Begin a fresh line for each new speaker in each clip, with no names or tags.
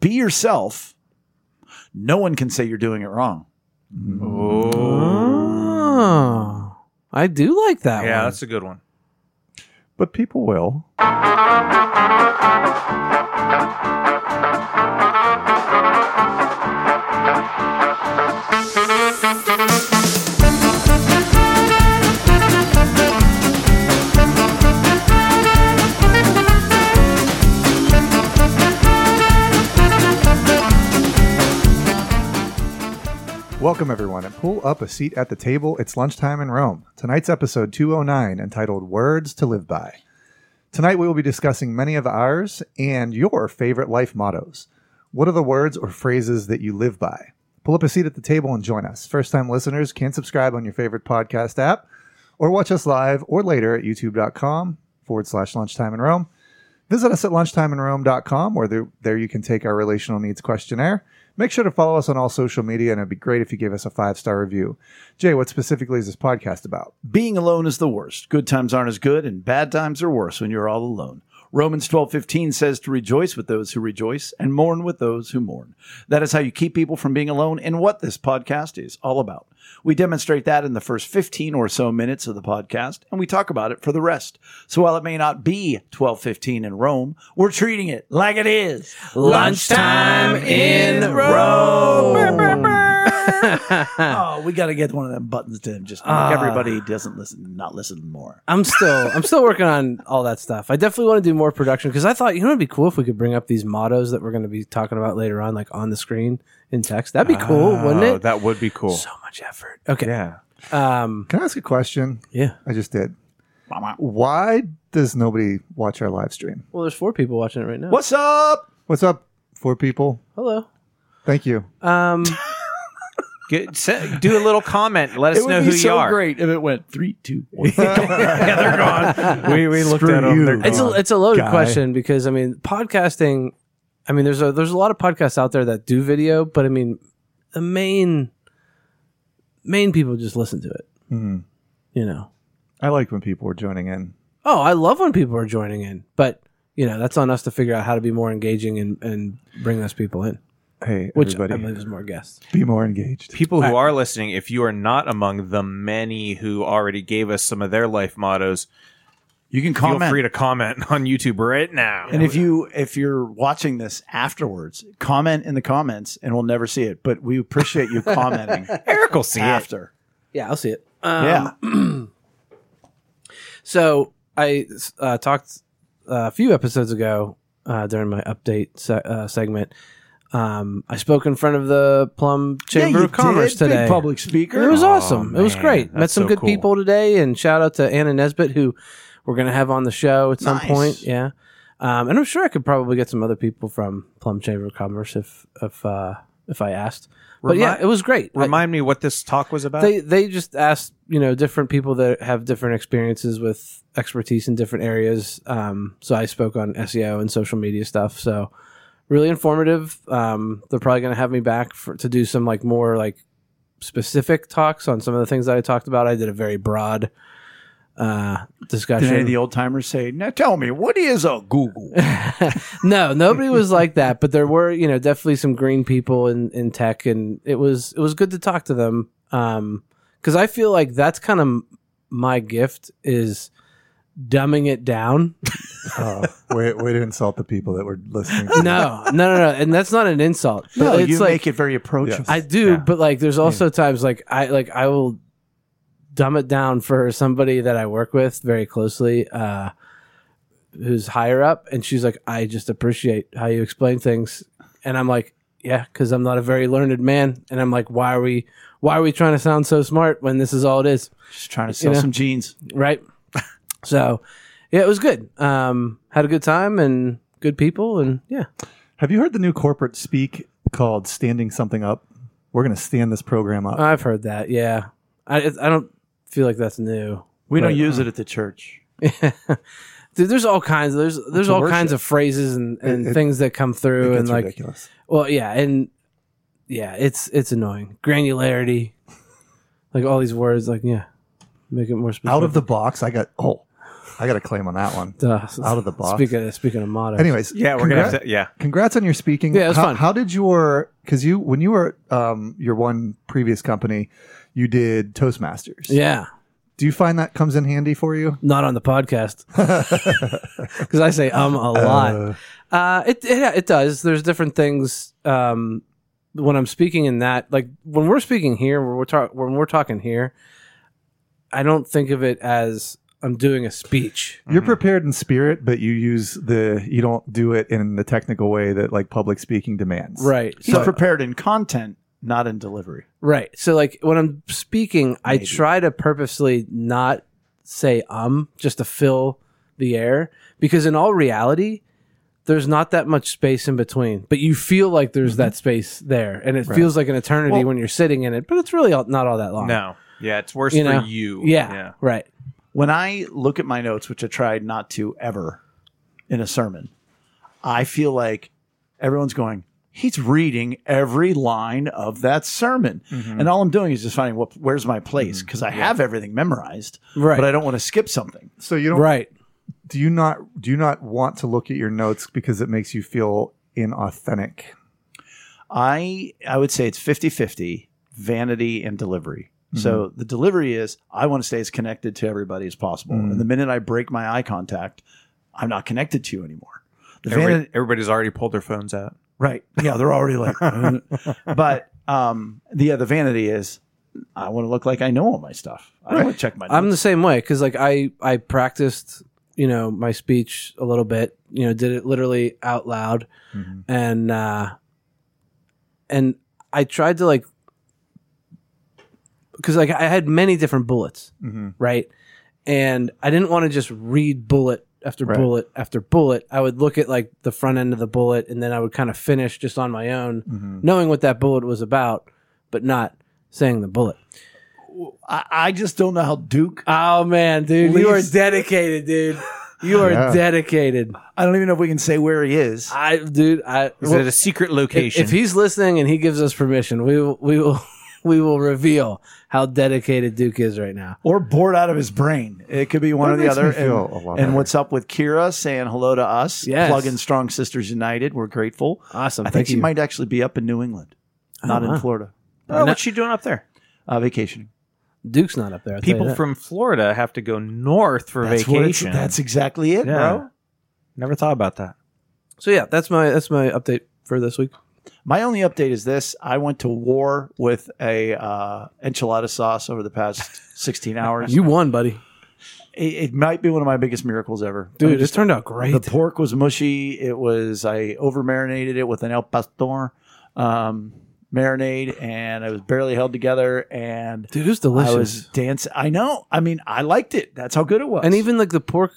Be yourself. No one can say you're doing it wrong.
Oh, I do like that
Yeah,
one.
that's a good one.
But people will. Welcome, everyone, and pull up a seat at the table. It's lunchtime in Rome. Tonight's episode 209, entitled Words to Live By. Tonight, we will be discussing many of ours and your favorite life mottos. What are the words or phrases that you live by? Pull up a seat at the table and join us. First time listeners can subscribe on your favorite podcast app or watch us live or later at youtube.com forward slash lunchtime in Rome. Visit us at lunchtimeinrome.com, where there, there you can take our relational needs questionnaire. Make sure to follow us on all social media, and it'd be great if you gave us a five star review. Jay, what specifically is this podcast about?
Being alone is the worst. Good times aren't as good, and bad times are worse when you're all alone. Romans twelve fifteen says to rejoice with those who rejoice and mourn with those who mourn. That is how you keep people from being alone and what this podcast is all about. We demonstrate that in the first 15 or so minutes of the podcast, and we talk about it for the rest. So while it may not be twelve fifteen in Rome, we're treating it like it is.
Lunchtime in Rome.
oh, we got to get one of them buttons to just make
Ah.
everybody doesn't listen, not listen more.
I'm still I'm still working on all that stuff. I definitely want to do more production because I thought you know it'd be cool if we could bring up these mottos that we're going to be talking about later on, like on the screen in text. That'd be cool, wouldn't
Oh,
it?
That would be cool.
so much effort. Okay.
yeah.
Um.
Can I ask a question?
Yeah.
I just did. Why does nobody watch our live stream?
Well, there's four people watching it right now.
What's up?
What's up, four people?
Hello.
Thank you.
Um.
Get, se- do a little comment. Let us know who you are.
great if it went three, two, one.
We, we
looked at 'em. They're
It's a,
on,
it's a loaded
guy.
question because I mean podcasting. I mean there's a there's a lot of podcasts out there that do video, but I mean the main main people just listen to it.
Mhm.
You know.
I like when people are joining in.
Oh, I love when people are joining in, but you know that's on us to figure out how to be more engaging and and bring those people in,
Hey,
which I
everybody,
believe is more guests.
be more engaged.
People who are listening, if you are not among the many who already gave us some of their life mottos,
You can
feel
comment.
free to comment on YouTube right now.
and if you if you're watching this afterwards, comment in the comments, and we'll never see it. But we appreciate you commenting
Eric will see it.
after.
Yeah, I'll see it. Um,
yeah,
So I uh, talked uh, a few episodes ago uh, during my update se- uh, segment. Um, I spoke in front of the Plum
yeah,
Chamber
you
of Commerce
did. Big
today.
public speaker.
It was
Oh,
awesome. it was
man,
great. Met
that's
some
so
good
cool.
people today, and shout out to Anna Nesbitt, who we're going to have on the show at some
Nice.
point. Yeah, um, and I'm sure I could probably get some other people from Plum Chamber of Commerce if if uh, if I asked. But
Remi-
yeah, it was great. I-
Remind me what this talk was about.
they they just asked you know different people that have different experiences with expertise in different areas um so i spoke on seo and social media stuff so really informative um they're probably going to have me back for, to do some like more like specific talks on some of the things that i talked about i did a very broad uh
Did
discussion
any of the old timers say, "Now tell me, what is a Google?"
no, nobody was like that, but there were, you know, definitely some green people in, in tech, and it was it was good to talk to them. Um, because I feel like that's kind of my gift is dumbing it down.
Oh, way, way to insult the people that were listening. To
No, no, no, no, and that's not an insult.
No,
But it's
you
like
make it very approachable.
Yes.
I do,
Yeah.
but like there's also times like I like I will dumb it down for somebody that I work with very closely, uh, who's higher up, and she's like, I just appreciate how you explain things, and I'm like, yeah, because I'm not a very learned man, and I'm like, why are we why are we trying to sound so smart when this is all it is,
Just trying to sell
know.
some jeans.
right? so, yeah, it was good. Um, had a good time and good people, and yeah,
Have you heard the new corporate speak called standing something up? We're going to stand this program up.
I've heard that. Yeah, I I don't feel like that's new.
We
But- uh,
don't use it at the church.
Dude, there's all kinds of there's there's
To
all
worship.
kinds of phrases and, and
It- it-
things that come
It
through
gets
Oh, and like
ridiculous.
well yeah and yeah it's it's annoying granularity like all these words like yeah make it more specific
Out of the box, I got, oh, I got a claim on that one.
Duh.
Out of the box.
Speaking of, speaking of motto.
Anyways,
Yeah, we're gonna
congrats,
have to. Yeah,
congrats on your speaking.
Yeah, it was
how,
fun.
how did your because you when you were um your one previous company, you did Toastmasters.
Yeah.
Do you find that comes in handy for you?
Not on the podcast. Because I say um a lot.
Uh,
Uh, it yeah, it does. There's different things um, when I'm speaking in that. Like when we're speaking here, when we're talk when we're talking here, I don't think of it as I'm doing a speech.
You're prepared in spirit, but you use the you don't do it in the technical way that like public speaking demands.
Right.
He's
So
prepared in content, not in delivery.
right. So like when I'm speaking, I
Maybe.
try to purposely not say um just to fill the air because in all reality there's not that much space in between but you feel like there's that space there and it feels like an eternity
Mm-hmm. Well-
when you're sitting in it but it's really all, not all that long
no, yeah, it's worse
You know?
for you.
Yeah, Right.
when I look at my notes, which I tried not to ever in a sermon, I feel like everyone's going, he's reading every line of that sermon.
Mm-hmm.
And all I'm doing is just finding what, where's my place because I have everything memorized,
Right.
but I don't want to skip something.
So you don't
Right.
do you not do you not want to look at your notes because it makes you feel inauthentic?
I I would say it's 50-50 vanity and delivery. So
Mm-hmm.
the delivery is I want to stay as connected to everybody as possible.
Mm.
And the minute I break my eye contact, I'm not connected to you anymore. The vanity,
Everybody, everybody's already pulled their phones out.
Right. Yeah, they're already like, but um, the yeah, the vanity is, I want to look like I know all my stuff. I don't want to check my.
I'm
notes.
the same way because like I I practiced you know my speech a little bit you know did it literally out loud
Mm-hmm.
and uh and I tried to like because like I had many different bullets
Mhm.
right and I didn't want to just read bullet after
Right.
bullet after bullet I would look at like the front end of the bullet and then I would kind of finish just on my own
Mhm.
knowing what that bullet was about but not saying the bullet
I, I just don't know how Duke.
Oh man, dude, you are
Leaves-
dedicated, dude. You are
Yeah.
dedicated.
I don't even know if we can say where he is.
I, dude, I.
Is
well,
it a secret
if,
location?
if he's listening and he gives us permission, we will, we will, we will reveal how dedicated Duke is right now.
Or bored out of his brain. It could be one
That
or the
makes
other.
me feel a
and
lot
and
better.
what's up with Kira saying hello to us?
Yes.
Plug in Strong Sisters United. We're grateful.
Awesome.
I think
Thank
she
you. Uh-huh.
might actually be up in New England, not
wow.
in Florida,
oh, what's she doing up there?
uh, vacationing.
Duke's not up there. I'll tell you
People
that.
from Florida have to go north for
That's what it's-
vacation.
that's exactly it,
yeah.
bro.
Never thought about that.
So yeah, that's my that's my update for this week.
My only update is this: I went to war with a uh, enchilada sauce over the past 16 hours.
You won, buddy.
it, it might be one of my biggest miracles ever,
Dude,
I'm
this
just-
turned out great.
the pork was mushy. It was I over marinated it with an El Pastor um, marinade, and it was barely held together. And
dude, it was
I
delicious.
was dancing. I know. I mean, I liked it. That's how good it was.
and even like the pork.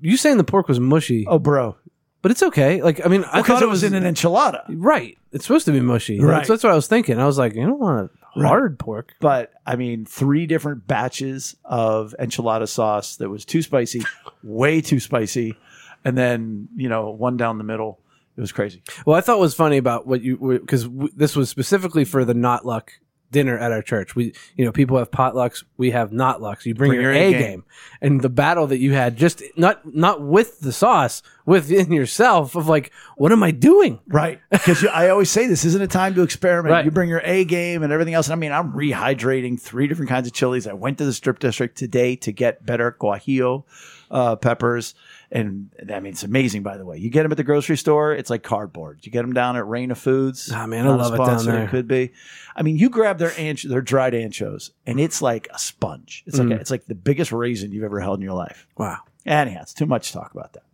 You saying the pork was mushy,
oh, bro,
but it's okay. Like I mean, I
because
thought
it was in an enchilada.
Right. It's supposed to be mushy.
Right.
That's, that's what I was thinking. I was like, you don't want a
Right.
hard pork.
but I mean, three different batches of enchilada sauce that was too spicy, way too spicy, and then you know one down the middle. It was crazy.
Well, I thought was funny about what you because w- this was specifically for the not luck dinner at our church. We, you know, people have potlucks. We have not lucks. You bring,
Bring
your,
your
A
A
game.
game.
and the battle that you had just not not with the sauce within yourself of like, what am I doing?
Right, because I always say this isn't a time to experiment.
Right.
You bring your A game and everything else. And I mean, I'm rehydrating three different kinds of chilies. I went to the strip district today to get better guajillo uh, peppers, and I mean, it's amazing. By the way, you get them at the grocery store, it's like cardboard. You get them down at Raina Foods.
Ah, man, I
Not a
love it down
sponsor,
there.
Could be. I mean, you grab their anch- their dried anchos, and it's like a sponge. It's like
Mm.
a, it's like the biggest raisin you've ever held in your life.
Wow.
Anyhow, it's too much to talk about that.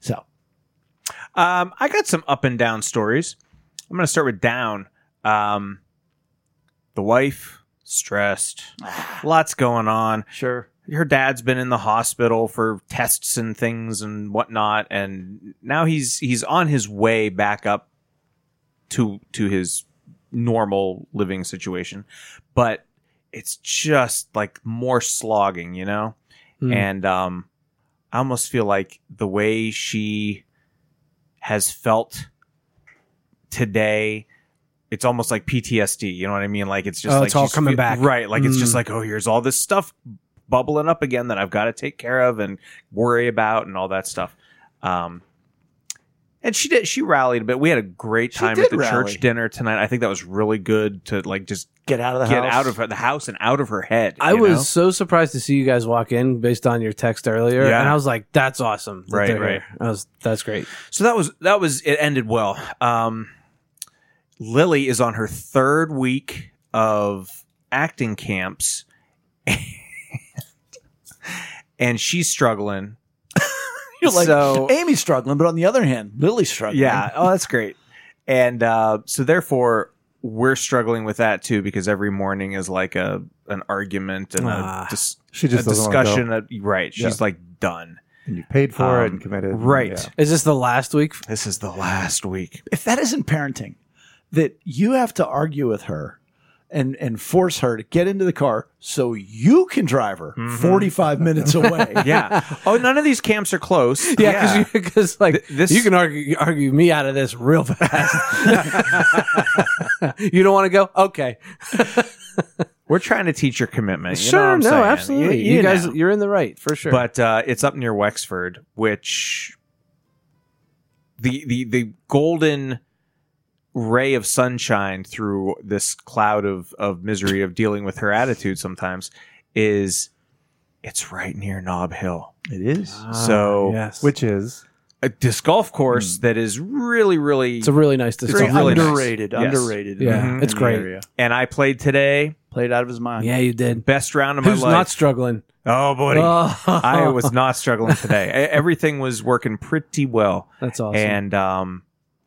So
Um, I got some up and down stories. I'm going to start with down. Um, the wife stressed. Lots going on.
sure,
Her dad's been in the hospital for tests and things and whatnot, and now he's he's on his way back up to to his normal living situation, but it's just like more slogging, you know
Hmm.
and um, I almost feel like the way she has felt today, it's almost like PTSD. You know what I mean? Like it's just
Oh,
like
it's all
she's
coming
fe-
back.
right? Like it's just
Mm.
like oh, here's all this stuff bubbling up again that I've got to take care of and worry about and all that stuff. Um, and she did. She rallied a bit. We had a great
She
time
did
at the
rally.
church dinner tonight. I think that was really good to like just
Get out of the
get
house.
out of her, the house and out of her head.
I
you
was
know?
so surprised to see you guys walk in based on your text earlier,
Yeah.
and I was like, "That's awesome!" that
Right,
they're
right.
here." I was, "That's great."
So that was that was it ended well. Um, Lily is on her third week of acting camps, and she's struggling.
You're like,
so
Amy's struggling, but on the other hand, Lily's struggling.
yeah, oh that's great. And uh, so therefore, we're struggling with that too because every morning is like a an argument and
Ah.
a, dis-
She
a
just doesn't wanna go.
discussion. uh, right, she's
Yeah.
like done.
And you paid for it
Um,
and committed.
right.
Yeah.
Is this the last week?
This is the last week.
If that isn't parenting, that you have to argue with her and and force her to get into the car so you can drive her
Mm-hmm.
45 minutes away.
Yeah. oh, none of these camps are close.
Yeah, because like
Th- this-
you can argue argue me out of this real fast. you don't want to go? Okay,
We're trying to teach your commitment. You know what
sure,
I'm
no,
saying?
absolutely. You,
you
guys,
know.
you're in the right for sure.
But uh, it's up near Wexford, which the the the golden ray of sunshine through this cloud of of misery of dealing with her attitude sometimes is it's right near Knob Hill.
It is.
Ah,
so-
yes,
Which is
A disc golf course that is really, really
Hmm. it's a really nice
It's
discussion.
really nice.
underrated,
Yes.
underrated.
Yeah,
in-
it's
in the
great.
area.
and I played today.
Played out of his mind.
Yeah, you did.
Best round of my
Who's
life.
not struggling?
oh buddy.
Oh.
I was not struggling today. E- Everything was working pretty well.
That's awesome.
and um,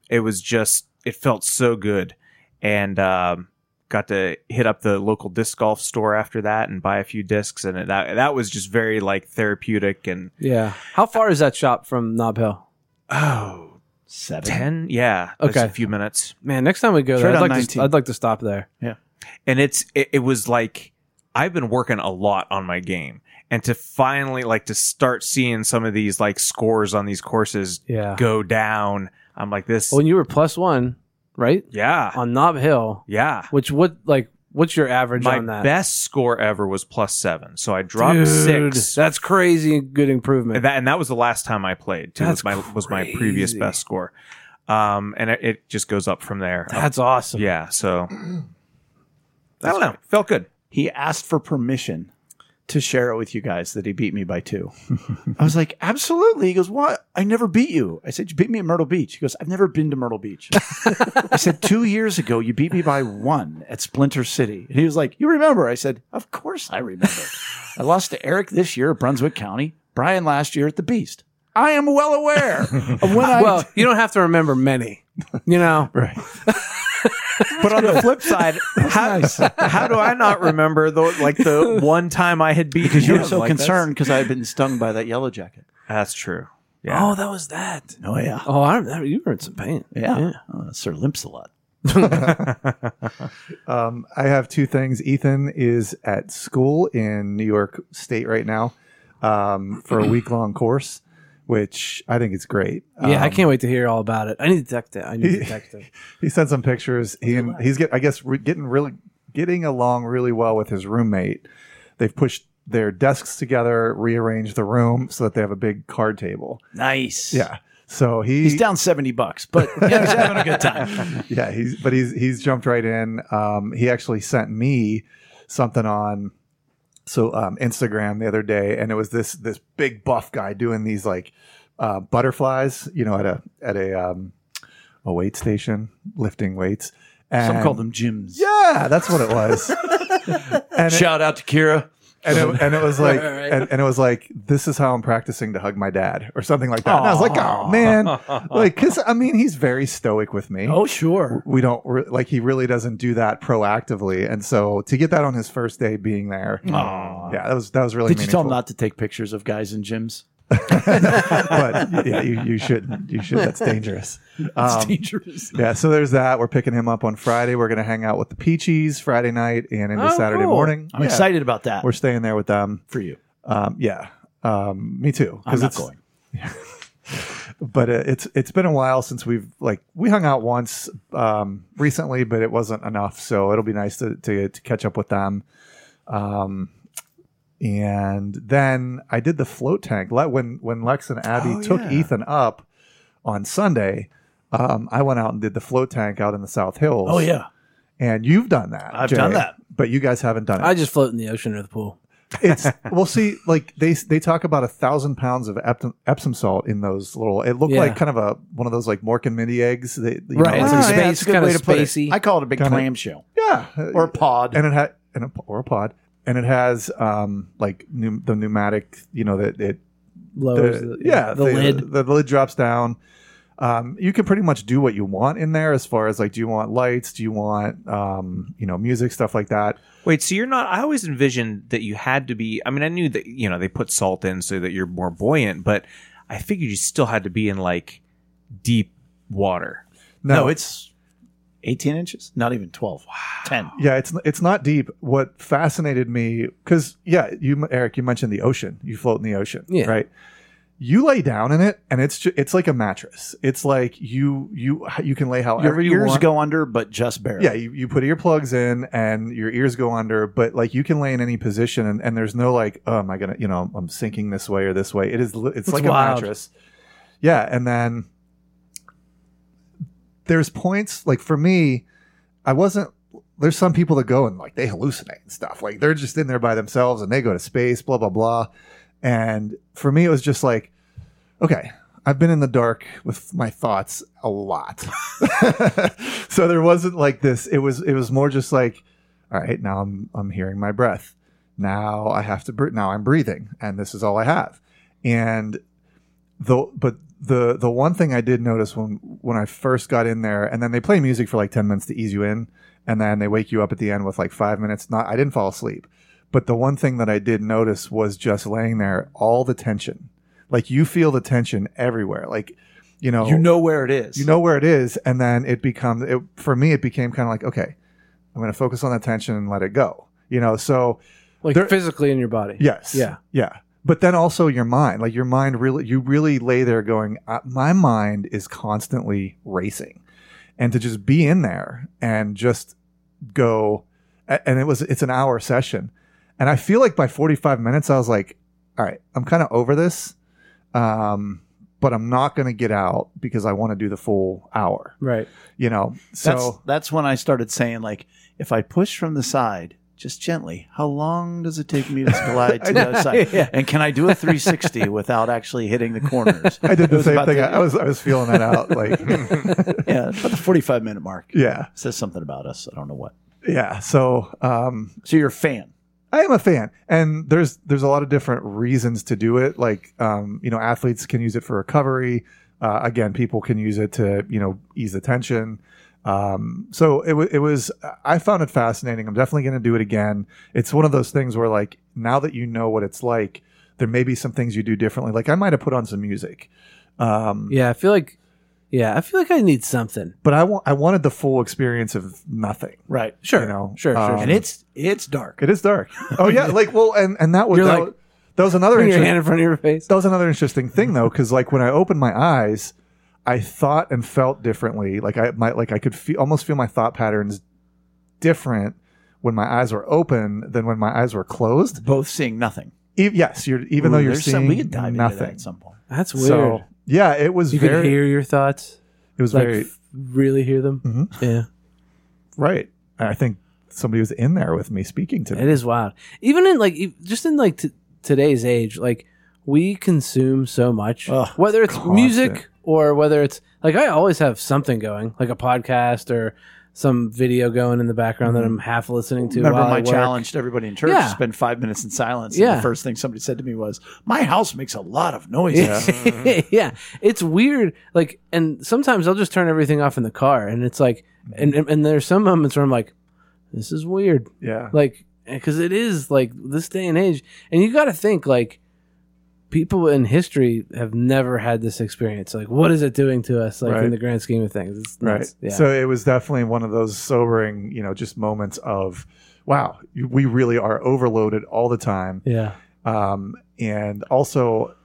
it was just it felt so good and um, got to hit up the local disc golf store after that and buy a few discs and it, that that was just very like therapeutic and
yeah, how far is that shop from Knob Hill?
oh
Seven.
10 yeah just
Okay.
a few minutes
Man, next time we go
It's
there,
right
I'd
on
like, to,
19.
I'd like to stop there.
and it's it, it was like I've been working a lot on my game and to finally like to start seeing some of these like scores on these courses
Yeah.
go down I'm like this
When you were plus one, right?
yeah
On Knob Hill,
yeah
which what like what's your average
my
on that?
best score ever was plus seven so i dropped six
That's crazy good improvement.
and that, and that was the last time i played too
That's
was my was my previous
crazy.
best score um and it, it just goes up from there Up-
That's awesome.
yeah so i don't know felt good
he asked for permission to share it with you guys that he beat me by two. I was like, absolutely. He goes, what? I never beat you. I said, you beat me at Myrtle Beach. He goes, I've never been to Myrtle Beach. I said, two years ago, you beat me by one at Splinter City. And he was like, you remember? I said, of course I remember. I lost to Eric this year at Brunswick County, Brian last year at the Beast. I am well aware of when I.
Well, you don't have to remember many. You know,
right.
but on the flip side how, how do i not remember the like the one time i had beaten
Because you were
him?
so
Like, that's-
concerned because I had been stung by that yellow jacket.
that's true yeah
oh, that was that.
Oh, yeah.
Oh, I remember you were in some pain.
Yeah. Uh, Sir Limps a lot.
Um, I have two things. Ethan is at school in New York State right now um, for a week long course, which I think is great.
Yeah, I
Um,
can't wait to hear all about it. I need to text it. I need to text it.
He sent some pictures. He and he's get I guess re- getting really getting along really well with his roommate. They've pushed their desks together, rearranged the room so that they have a big card table.
Nice.
Yeah. So he,
He's down 70 bucks, but yeah, he's having a good time.
yeah, he's but he's he's jumped right in. Um, he actually sent me something on so um, Instagram the other day, and it was this this big buff guy doing these like uh, butterflies, you know, at a at a um, a weight station lifting weights. And
Some call them gyms.
Yeah, that's what it was. and, it,
Shout out to Kira.
and, it, and it was like,
Right, right.
and, and it was like, this is how I'm practicing to hug my dad or something like that. And I was like, oh man, like, cause I mean, he's very stoic with me
Oh, sure.
we don't re- like he really doesn't do that proactively and so to get that on his first day being there yeah that was that was really
Did you
meaningful.
tell him not to take pictures of guys in gyms?
but yeah you, you shouldn't you should that's dangerous
It's
um,
dangerous.
yeah so there's that we're picking him up on friday we're gonna hang out with the peaches friday night and into
Oh,
saturday
cool.
morning
I'm
Yeah.
excited about that
we're staying there with them
for you.
um yeah um me too
I'm
'cause
not
it's-
going.
but uh, it's it's been a while since we've like we hung out once um, recently, but it wasn't enough. So it'll be nice to to, to catch up with them. Um, And then I did the float tank. Let when when Lex and Abby
Oh,
took
yeah.
Ethan up on Sunday, um, I went out and did the float tank out in the South Hills.
Oh yeah,
and you've done that.
I've done that.
but you guys haven't done it.
I just float in the ocean or the pool.
it's well, see, like they they talk about a thousand pounds of Epsom, Epsom salt in those little. It looked
Yeah.
like kind of a one of those like Mork and Mindy eggs. They, you
Right,
know,
it's
like-
like- space- kinda spacey.
I call it a big
Kinda-
clamshell
yeah, uh,
or pod.
and it had and a, or a pod, and it has um like pneum- the pneumatic. You know that it
Lowers
the-
the,
yeah
the lid.
the, uh, lid drops down um, you can pretty much do what you want in there as far as like do you want lights do you want um, you know music stuff like that
Wait, so you're not? I always envisioned that you had to be. I mean, I knew that you know they put salt in so that you're more buoyant, but I figured you still had to be in like deep water.
no. it's eighteen inches, not even twelve. Ten.
yeah it's it's not deep what fascinated me because yeah you eric you mentioned the ocean you float in the ocean
Yeah.
right you lay down in it and it's ju- it's like a mattress it's like you you you can lay however
Your
you
ears
want
go under, but just barely.
Yeah, you, you put earplugs in and your ears go under, but like you can lay in any position and, and there's no like, oh, am I gonna, you know, I'm sinking this way or this way. It is, li- it's, like
wild.
a mattress. Yeah, and then there's points like for me, I wasn't. There's some people that go and like they hallucinate and stuff. Like they're just in there by themselves and they go to space, blah blah blah. And for me, it was just like, okay, I've been in the dark with my thoughts a lot. so there wasn't like this. It was it was more just like, all right, now I'm I'm hearing my breath. Now I have to. Br- now I'm breathing, and this is all I have. And the but the the one thing I did notice when when I first got in there, and then they play music for like ten minutes to ease you in, and then they wake you up at the end with like five minutes. Not I didn't fall asleep, but the one thing that I did notice was just laying there, all the tension. Like you feel the tension everywhere. Like you know,
you know where it is.
you know where it is, and then it becomes it, for me. It became kind of like okay, I'm going to focus on that tension and let it go. You know, so
like
there-
physically in your body.
Yes.
Yeah.
Yeah. But then also your mind, like your mind really, you really lay there going, uh, my mind is constantly racing. And to just be in there and just go, a- and it was, it's an hour session. And I feel like by 45 minutes, I was like, all right, I'm kind of over this. Um, but I'm not going to get out because I want to do the full hour,
Right.
you know? So
That's, that's when I started saying like, if I push from the side just gently, how long does it take me to glide to the other side?
Yeah.
And can I do a 360 without actually hitting the corners?
I did
It
the
was
same
about
thing.
the-
I was, I was feeling that out. Like,
yeah, about the 45 minute mark.
yeah.
Says something about us. I don't know what.
Yeah. So, um,
So you're a fan.
I am a fan, and there's there's a lot of different reasons to do it. Like, um, you know, athletes can use it for recovery. Uh, again, people can use it to you know ease the tension. Um, so it wa it was I found it fascinating. I'm definitely going to do it again. It's one of those things where like now that you know what it's like, there may be some things you do differently. Like I might have put on some music. Um,
Yeah. I feel like. Yeah, I feel like I need something.
But I, wa- I wanted the full experience of nothing.
Right.
Sure.
You know,
sure. Sure.
um,
sure.
And it's it's dark.
It is dark. Oh yeah, like well, and and that was
You're
that,
like-
was, that was another
Putting your
interesting-
hand in front of your face.
that was another interesting thing though because like when i opened my eyes i thought and felt differently like i my like i could feel almost feel my thought patterns different when my eyes were open than when my eyes were closed
Both seeing nothing.
e- yes you're even though
Ooh,
you're
there's
seeing
some- we could dive
nothing
into that at some point.
That's weird.
so yeah it was
you
very
could hear your thoughts,
it was
like
very
f- really hear them.
Mhm.
Yeah,
right And i think somebody was in there with me speaking to me
it is wild. Even in like, e- just in like t- today's age, like we consume so much,
Ugh,
whether it's
constant.
music or whether it's like I always have something going, like a podcast or some video going in the background that I'm half listening to.
Mm-hmm. Remember,
while I
my
work.
challenge to everybody in church
Yeah.
to spend five minutes in silence. And
Yeah.
the first thing somebody said to me was, "My house makes a lot of noise."
Yeah. yeah. It's weird. Like, and sometimes I'll just turn everything off in the car, and it's like, and and, and there's some moments where I'm like, this is weird.
yeah
like because it is like this day and age and you got to think like people in history have never had this experience like what is it doing to us like
Right.
in the grand scheme of things it's
right
nuts. yeah
so it was definitely one of those sobering you know just moments of wow you- we really are overloaded all the time
yeah
Um, and also,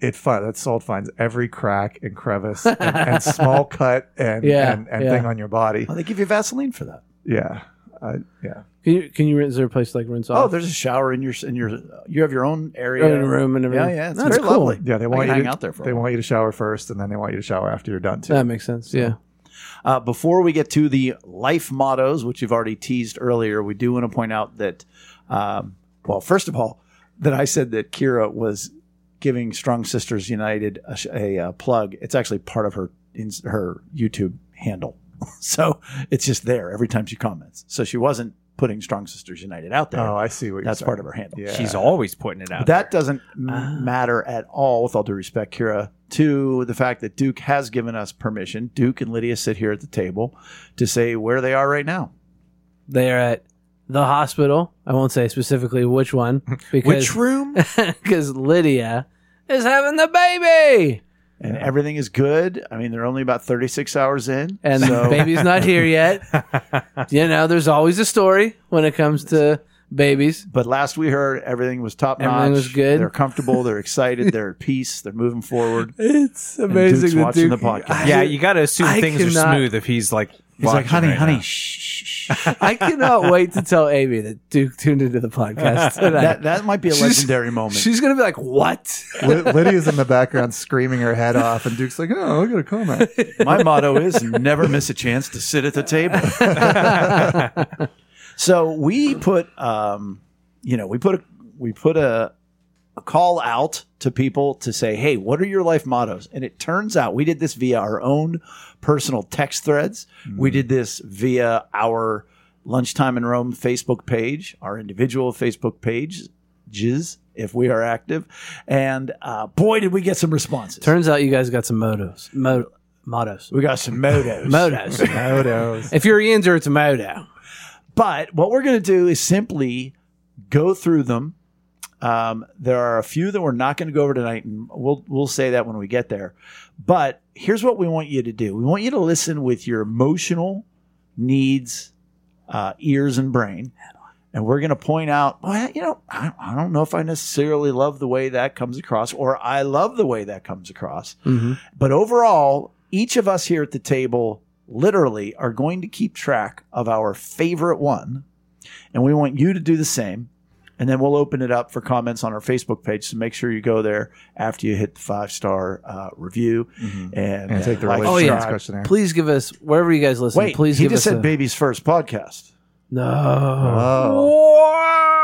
it fi- that salt finds every crack and crevice and, and small cut and
Yeah,
and, and
yeah.
thing on your body.
Well, they give you Vaseline for that.
Yeah, I, yeah.
Can you, can you rinse? Is there a place to, like rinse
Oh,
off?
there's a shower in your in your. You have your own area,
Own room and everything.
Yeah, yeah, it's
That's
very
cool.
lovely.
Yeah, they
I
want
can
you
hang
to,
out there for. a
They
while.
want you to shower first, and then they want you to shower after you're done too.
that makes sense. Yeah.
Uh, before we get to the life mottos, which you've already teased earlier, we do want to point out that, um, well, first of all, that I said that Kira was giving Strong Sisters United a, sh- a, uh, plug. It's actually part of her in, her YouTube handle, so it's just there every time she comments. So she wasn't putting Strong Sisters United out there.
Oh, I see what you're
That's
saying.
part of her handle.
Yeah.
She's always putting it out.
But that doesn't m- matter at all, with all due respect, Kira, to the fact that Duke has given us permission. Duke and Lydia sit here at the table to say where they are right now.
They are at the hospital. I won't say specifically which one because
Which room?
because Lydia is having the baby,
And everything is good. I mean, they're only about 36 hours in.
and the
so
baby's not here yet. you know, there's always a story when it comes to babies.
But last we heard, everything was top notch.
Everything was good.
They're comfortable. They're excited. They're at peace. They're moving forward.
It's
amazing Duke's that watching Duke- the podcast. I-
yeah, you got to assume
I
things
cannot-
are smooth if he's like.
He's like, honey, honey, shh,
shh.
shh, shh.
I cannot wait to tell Amy that Duke tuned into the podcast tonight.
That, that might be a
She's-
legendary moment.
She's gonna be like, "What?"
Li- Lydia's in the background screaming her head off, and Duke's like, "Oh, look at a coma."
My motto is never miss a chance to sit at the table. so we put, um, you know, we put a, we put a, a call out to people to say, hey, what are your life mottos? And it turns out we did this via our own personal text threads. We did this via our lunchtime in Rome Facebook page, our individual Facebook page. Jizz, if we are active, and uh, boy, did we get some responses.
Turns out you guys got some motos, mo- mottos,
we got some motos.
motos.
Photos.
if you're into it, it's a moto.
But what we're going to do is simply go through them. Um, there are a few that we're not going to go over tonight, and we'll we'll say that when we get there. But here's what we want you to do: we want you to listen with your emotional needs, uh, ears, and brain, and we're going to point out, well, you know, I, I don't know if I necessarily love the way that comes across, or I love the way that comes across.
Mm-hmm.
But overall, each of us here at the table literally are going to keep track of our favorite one. And we want you to do the same. And then we'll open it up for comments on our Facebook page. So make sure you go there after you hit the five star uh, review
Mm-hmm.
and, uh,
And take the
like,
relationship
Oh, yeah.
questionnaire.
Please give us wherever you guys listen.
Wait,
please
he
give
just
us
said uh,
a,
baby's first podcast.
no.
Oh,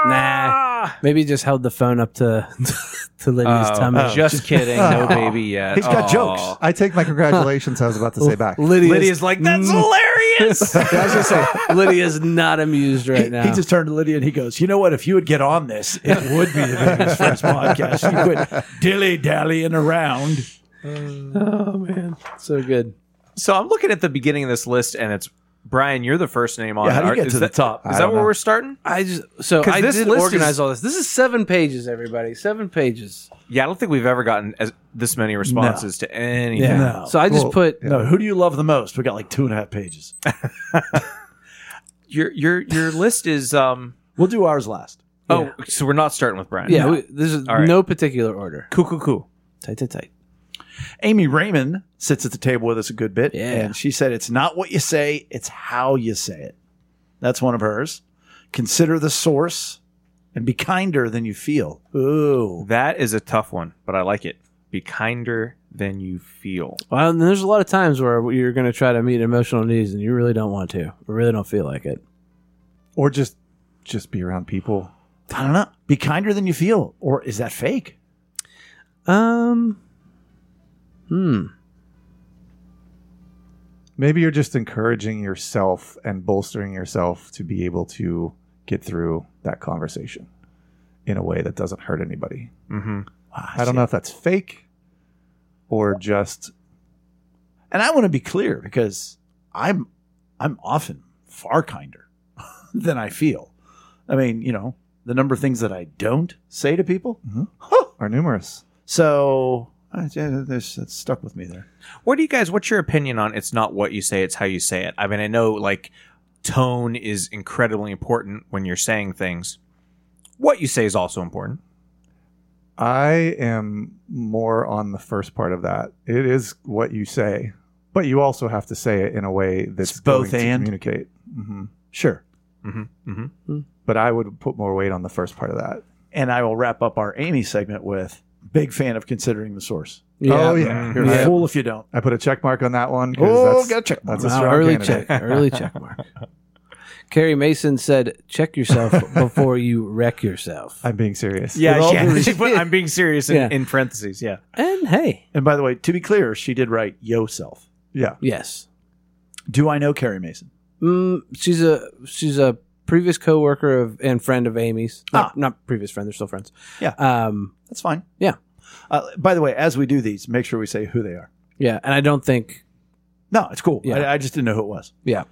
Nah. Maybe he just held the phone up to to Lydia's
Oh,
tummy.
Oh. just kidding. No baby yet.
He's got
Aw.
jokes.
I take my congratulations. I was about to say back.
Lydia's,
Lydia's like, that's
Mm.
hilarious.
I was just saying,
Lydia's not amused right
He,
now.
he just turned to Lydia and he goes, "You know what? If you would get on this, it would be the biggest first podcast. You quit dilly dallying around."
oh man, so good.
so I'm looking at the beginning of this list, and it's Brian. You're the first name on.
Yeah, how do you
it.
get
is
to the
that-
top?
Is
I
that
don't
where
know.
we're starting?
I just so
'Cause
I
this
did
list
organize
is-
all this. This is seven pages, everybody. Seven pages.
Yeah, I don't think we've ever gotten as, this many responses to anything.
No.
So I just
Well,
put
No, who do you love the most? We got like two and a half pages.
Your your your list is um.
We'll do ours last.
Oh, so we're not starting with Brian.
yeah.
No.
We, this is
All right.
no particular order.
Cool, cool, cool.
Tight, tight, tight.
Amy Raymond sits at the table with us a good bit.
Yeah.
And she said, It's not what you say, it's how you say it. That's one of hers. Consider the source and be kinder than you feel. Ooh.
That is a tough one, but I like it. Be kinder than you feel.
Well, and there's a lot of times where you're going to try to meet emotional needs, and you really don't want to, or really don't feel like it.
or just just be around people.
I don't know. Be kinder than you feel. Or is that fake?
Um, hmm.
Maybe you're just encouraging yourself and bolstering yourself to be able to get through that conversation in a way that doesn't hurt anybody.
Mm-hmm.
Ah,
I don't know if that's fake or just
And I want to be clear because I'm I'm often far kinder than I feel. I mean, you know, the number of things that I don't say to people.
are numerous.
So I, yeah, that's that's stuck with me there.
What do you guys? What's your opinion on? It's not what you say; it's how you say it. I mean, I know like tone is incredibly important when you're saying things. What you say is also important.
I am more on the first part of that. It is what you say, but you also have to say it in a way that's
It's both
going to
and.
communicate. hmm
Sure.
hmm hmm
But I would put more weight on the first part of that.
And I will wrap up our Amy segment with big fan of considering the source.
Oh yeah.
You're
Yeah.
a fool if you don't.
I put a check mark on that one. 'cause
Mm-hmm. Oh,
that's,
got a check mark.
That's a
Wow,
strong
early
candidate.
check, early check mark. Carrie Mason said, "Check yourself before you wreck yourself."
I'm being serious.
Yeah,
With all
yeah.
due
She put- I'm being serious in,
Yeah.
in parentheses. Yeah.
And hey,
And by the way, to be clear, she did write yo self.
Yeah.
yes,
Do I know Carrie Mason?
mm, she's a she's a previous coworker of and friend of Amy's. Not,
Ah.
not previous friend; they're still friends.
Yeah.
Um.
That's fine.
Yeah.
Uh, by the way, as we do these, make sure we say who they are.
Yeah, and I don't think.
No, it's cool.
Yeah.
I, I just didn't know who it was.
Yeah.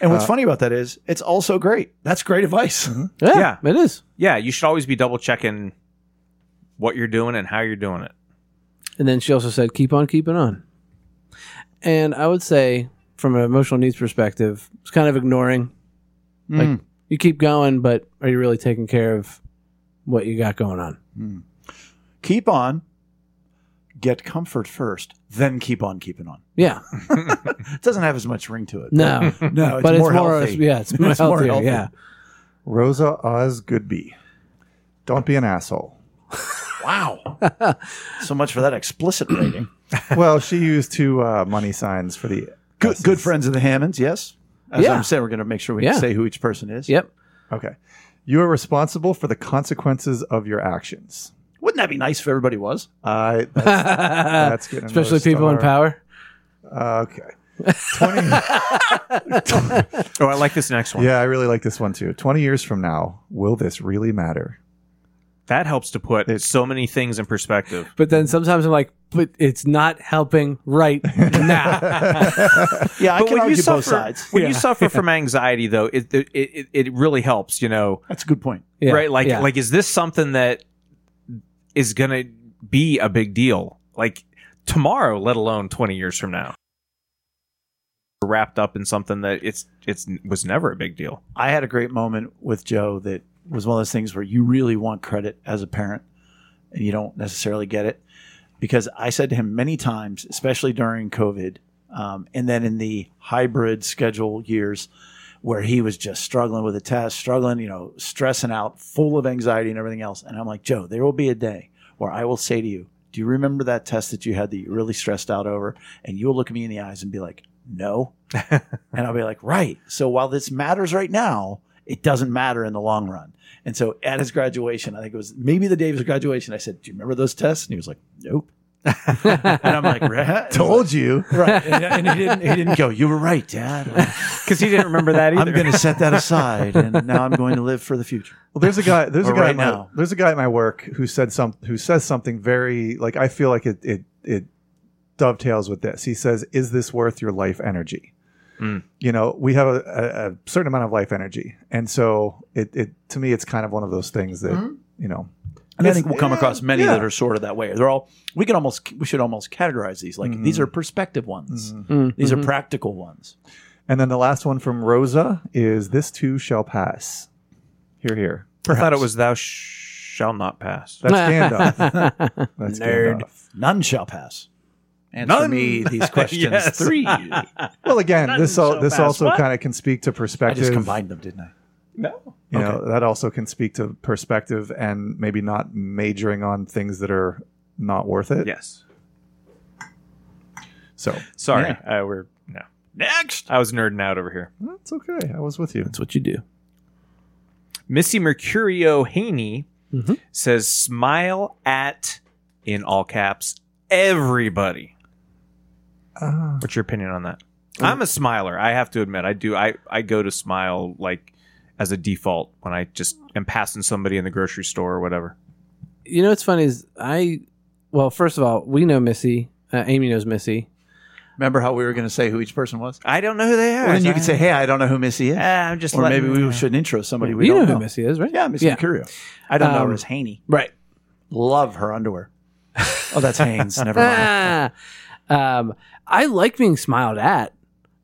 And what's
Uh, Mm-hmm.
funny about that is it's also great. That's great advice.
Yeah, it is.
Yeah. You should always be double checking what you're doing and how you're doing it.
And then she also said, "Keep on keeping on." And I would say, from an emotional needs perspective, it's kind of ignoring. Like you keep going, but are you really taking care of what you got going on?
Keep on, get comfort first, then keep on keeping on.
Yeah.
It doesn't have as much ring to it.
No.
No, it's more
but it's more.
healthy.
yeah, it's more
It's more
healthier.
healthy.
Yeah.
Rosa Oz Goodby. Don't be an asshole.
Wow. so much for that explicit rating.
well, she used two uh, money signs for the
good, good friends of the Hammonds, yes. As
Yeah.
I'm saying, we're going to make sure we
Yeah.
say who each person is.
Yep.
Okay. You are responsible for the consequences of your actions.
Wouldn't that be nice if everybody was?
I that's, that's getting another
Especially people in
star.
power.
Uh, okay.
Oh, I like this next one.
Yeah, I really like this one too. 20 years from now, will this really matter?
That helps to put so many things in perspective.
But then sometimes I'm like, but it's not helping right now.
Yeah, I
But
can
when
argue
you suffer,
both sides.
when you suffer from anxiety, though, it, it it it really helps. You know,
That's a good point.
Yeah,
right? Like
yeah.
like is this something that is gonna be a big deal? Like tomorrow, let alone twenty years from now. Wrapped up in something that it's it's was never a big deal.
I had a great moment with Joe that was one of those things where you really want credit as a parent and you don't necessarily get it because I said to him many times, especially during COVID um, and then in the hybrid schedule years where he was just struggling with a test, struggling, you know, stressing out, full of anxiety and everything else. And I'm like, Joe, there will be a day where I will say to you, Do you remember that test that you had that you really stressed out over? And you'll look at me in the eyes and be like, No. And I'll be like, right. So while this matters right now, it doesn't matter in the long run. And so at his graduation, I think it was maybe the day of his graduation, I said, Do you remember those tests? And he was like, Nope. and I'm like, right.
Told you.
right. And, and he didn't he didn't go, You were right, Dad.
Because he didn't remember that
I'm gonna set that aside and now I'm going to live for the future.
Well, there's a guy. There's a
Or
guy.
right
at my,
now.
There's a guy at my work who said some. Who says something very like I feel like it. It it dovetails with this. He says, "Is this worth your life energy?"
Hmm.
Mm.
You know, we have a, a, a certain amount of life energy, and so it. It to me, it's kind of one of those things that you know.
And I
It's-
think we'll come across many
yeah.
that are sort of that way. They're all we can almost we should almost categorize these. Like these are perspective ones.
Mm,
These
mhm.
are practical ones.
And then the last one from Rosa is, "This too shall pass." Here, here.
I thought it was thou sh- shall not pass.
That's Gandalf. That's
Nerd.
Gandalf.
None shall pass. And for
None.
me, these questions
Yes.
three.
Well, again, this
shall
al- this
pass.
also
What?
kind of can speak to
I
perspective.
just combined them, didn't I?
No.
you know that also can speak to perspective and maybe not majoring on things that are not worth it
Yes.
so
Sorry. Uh, we're no.
Next.
I was nerding out over here.
that's okay i was with you
That's what you do.
Missy Mercurio Haney
Mm-hmm.
Mhm.
says, "Smile at in all caps everybody."
Ah.
What's your opinion on that? I'm a smiler. I have to admit, I do. I I go to smile like as a default when I just am passing somebody in the grocery store or whatever.
You know what's funny is I. Well, first of all, we know Missy. Uh, Amy knows Missy.
Remember how we were going to say who each person was?
I don't know who they are.
Well, then you could say, "Hey, I don't know who Missy is,"
Ah, I'm just.
or maybe
letting-
we should intro somebody we
you know
don't
who
know.
Missy is, right?
Yeah, Missy
Yeah.
Curio. I don't know
Um,
her as Haney.
Right.
Love her underwear. Oh, that's Haynes. Never mind.
Ah. um, I like being smiled at.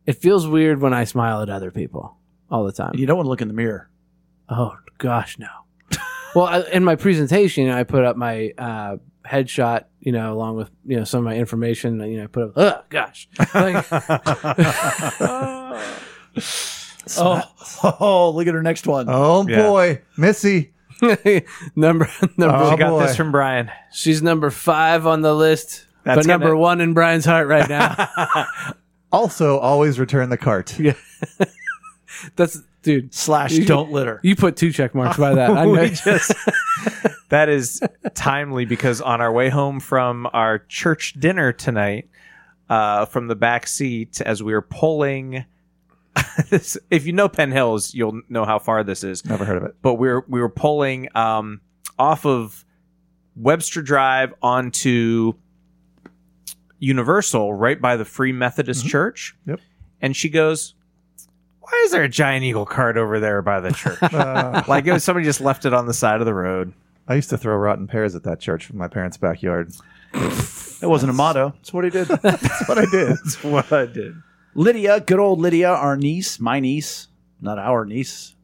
It feels weird when I smile at other people all the time.
You don't want to look in the mirror.
Oh gosh, no. well, I, in my presentation, I put up my uh, headshot, you know, along with you know some of my information. You know, I put up. Oh gosh, like,
Oh, oh, look at her next one.
Oh
Yeah.
boy, Missy.
number
Uh-huh.
number.
Oh,
she got
boy.
this from Brian.
She's number five on the list,
That's
but
gonna-
number one in Brian's heart right now.
Also, always return the cart.
That's dude.
Slash,
You-
don't litter.
You put two check marks by that. I know.
We just- that is timely because on our way home from our church dinner tonight, uh, from the back seat as we were pulling, this, if you know Penn Hills, you'll know how far this is.
Never heard of it.
But we were we were pulling um, off of Webster Drive onto Universal, right by the Free Methodist Church.
Yep.
And she goes, "Why is there a giant eagle card over there by the church?"
Uh,
like it was somebody just left it on the side of the road.
I used to throw rotten pears at that church from my parents' backyard.
That wasn't a motto. That's what he did.
That's what I did.
That's what I did.
Lydia, good old Lydia, our niece, my niece, not our niece,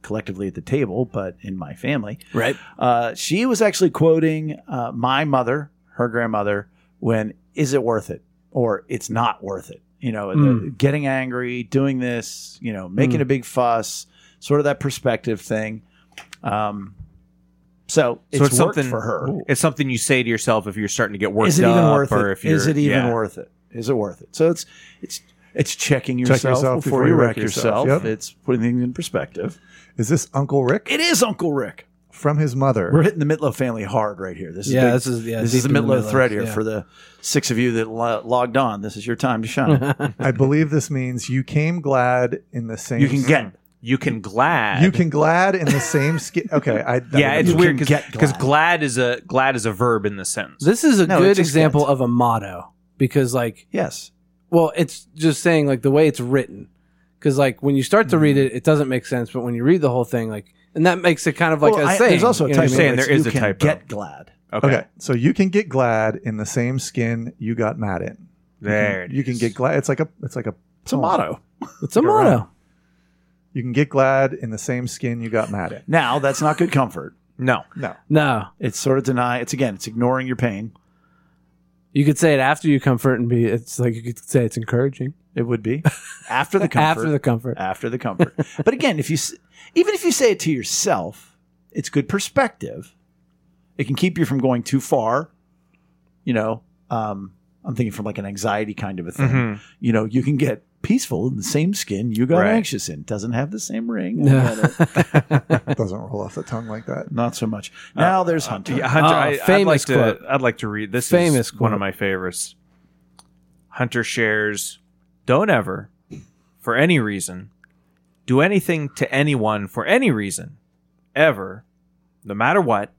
collectively at the table, but in my family.
Right.
Uh, she was actually quoting uh, my mother, her grandmother, when "Is it worth it?" or "It's not worth it." You know, the-
Mm.
getting angry, doing this, you know, making
Mm.
a big fuss, sort of that perspective thing. Um, so it's,
it's
worked
something-
for her.
It's something you say to yourself if you're starting to get worked
Is it
up,
even worth
or
it?
if you're
Is it even
yeah.
worth it? Is it worth it? So it's it's it's checking
Check
yourself,
yourself
before, you wreck yourself.
Yep.
It's putting things in perspective.
Is this Uncle Rick
It is Uncle Rick.
from his
We're
mother?
hitting the Mitlow family hard right here. This is
Yeah,
big-
this is- yeah,
this is the
deep in the
Mitlow
Mitlow,
thread here
yeah.
for the six of you that lo- logged on. This is your time to shine.
I believe this means you came glad in the same.
you can get
You can glad.
You can glad in the same skin. Okay, I
Yeah, it's
You
weird
can
because
get glad.
glad. is a glad is a verb in this sentence.
This is a
No, it
good
just
example
gets-
of a motto because, like,
yes.
well, it's just saying like the way it's written. Because like when you start to
Mm-hmm.
read it, it doesn't make sense, but when you read the whole thing, like, and that makes it kind of like
Well,
a
I-
saying.
there's also a
you know what
typo.
I mean?
Saying there
It's
is
you
a
can
typo.
Get glad.
okay.
Okay. so you can get glad in the same skin you got mad in.
there it
You can
is.
get glad. It's like a. It's like a.
It's a motto.
It's a
You're right.
motto.
You can get glad in the same skin you got mad in.
Now that's not good comfort.
no.
No,
No,
It's sort of deny. It's again. It's ignoring your pain.
you could say it after you comfort and be. It's like you could say it's encouraging
It would be after the comfort.
after the comfort.
after the comfort. but again, if you s- even if you say it to yourself, it's good perspective. It can keep you from going too far. You know, um, I'm thinking from like an anxiety kind of a thing.
Mhm.
You know, you can get peaceful in the same skin you got
Right.
anxious in. Doesn't have the same ring. I
No.
get it.
it doesn't roll off the tongue like that.
Not so much. Now there's Hunter.
Uh, Yeah, Hunter,
Ah,
I, I'd like
famous
to.
quote.
I'd like to read this.
Famous
is one
quote.
of my favorites. Hunter shares. Don't ever, for any reason, do anything to anyone for any reason, ever, no matter what,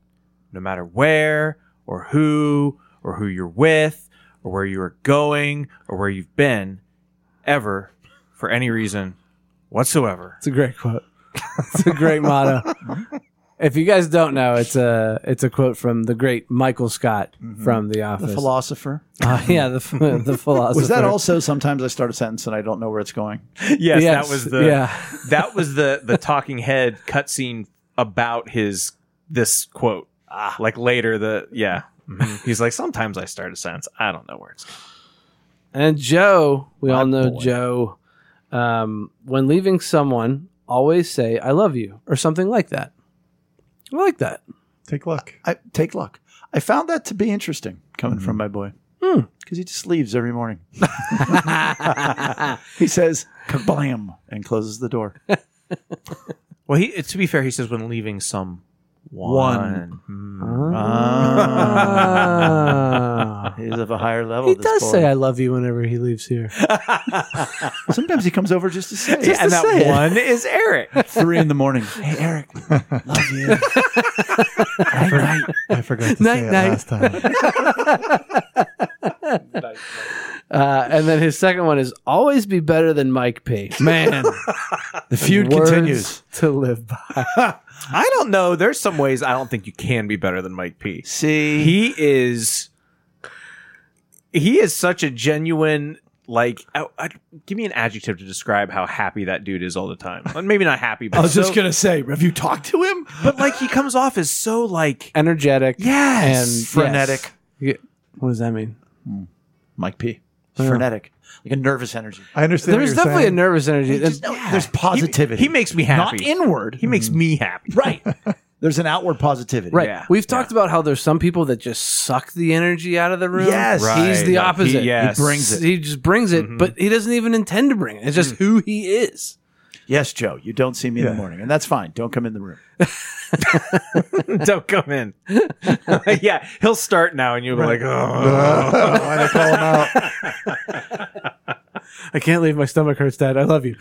no matter where or who or who you're with or where you are going or where you've been, ever, for any reason whatsoever.
It's a great quote. It's a great motto. If you guys don't know, it's a it's a quote from the great Michael Scott from The
the
Office.
philosopher.
Uh, yeah, the ph- the philosopher.
Was that also sometimes I start a sentence and I don't know where it's going?
Yes,
Yes,
that was the
yeah.
that was the the talking head cutscene about his this quote. Like later, the yeah, he's like, sometimes I start a sentence. I don't know where it's. Going.
And Joe, we
My
all know
boy.
Joe. Um, when leaving someone, always say "I love you" or something like that. I like that.
Take luck.
I take luck. I found that to be interesting coming
Mm-hmm.
from my boy
Hmm.
because he just leaves every morning. he says kablam and closes the door.
Well, he to be fair, he says when leaving some Hmm.
One.
Ah.
He's of a higher level.
he
this
does
boy.
say "I love you" whenever he leaves here.
Sometimes he comes over just to say,
Yeah, and
and
that one is Eric.
three in the morning. Hey Eric, love you. Night, night.
I forgot to
Night,
say it
night.
last time.
Uh, and then his second one is always be better than Mike P. Man,
The feud
words
continues.
to live by.
I don't know. There's some ways I don't think you can be better than Mike P.
See,
he is he is such a genuine like I, I, give me an adjective to describe how happy that dude is all the time Well, maybe not happy but
I was
so-
just gonna say, have you talked to him?
but like he comes off as so like
Energetic.
yes
And
frenetic.
yes. Yeah. What does that mean?
Mike P. It's frenetic, like a nervous energy.
I understand. what
There's
you're
definitely
saying.
a nervous energy.
Just know There's positivity.
He, he makes me happy.
not inward.
he makes me happy.
right. There's an outward positivity.
Right.
Yeah.
We've talked about how there's some people that just suck the energy out of the room.
Yes.
He's the opposite.
He, yes.
He brings it.
He just brings it, but he doesn't even intend to bring it. It's just who he is.
Yes, Joe. You don't see me in the morning, and that's fine. Don't come in the room.
Don't come in. yeah, he'll start now, and you'll be like, oh,
Why'd I call him out?
I can't leave. My stomach hurts, Dad. I love you.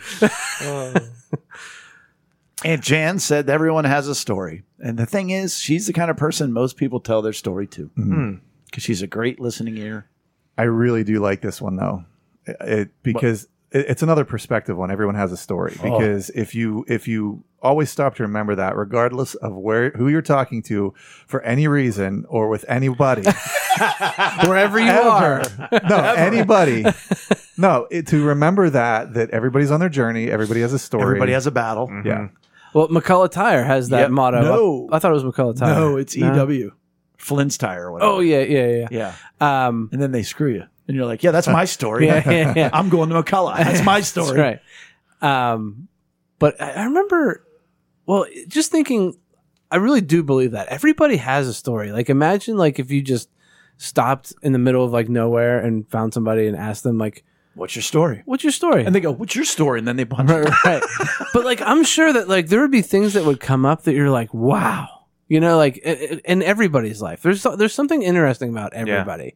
And Jan said everyone has a story, and the thing is, she's the kind of person most people tell their story to, because
Hmm.
she's a great listening ear.
I really do like this one though, it, it- because it, it's another perspective one. Everyone has a story
Oh.
because if you if you always stop to remember that, regardless of where who you're talking to, for any reason or with anybody,
Wherever you are.
ever, no anybody, no it, to remember that that everybody's on their journey, everybody has a story,
Everybody has a battle.
yeah.
Well, McCullough Tire has that
Yep.
motto.
No.
I, I thought it was McCullough Tire.
No, it's EW, Flynn's tire or whatever.
Oh, yeah, yeah, yeah.
yeah.
Um,
And then they screw you, and you're like, yeah, that's my story.
yeah, yeah, yeah.
I'm going to McCullough. That's my story.
That's right. Um, but I, I remember, well, just thinking, I really do believe that everybody has a story. Like, imagine like if you just stopped in the middle of like nowhere and found somebody and asked them like,
What's your story?
"What's your story?"
And they go, "What's your story?" And then they punch.
right, right. but like, I'm sure that like there would be things that would come up that you're like, "Wow," you know, like i- i- in everybody's life. There's so- there's something interesting about everybody.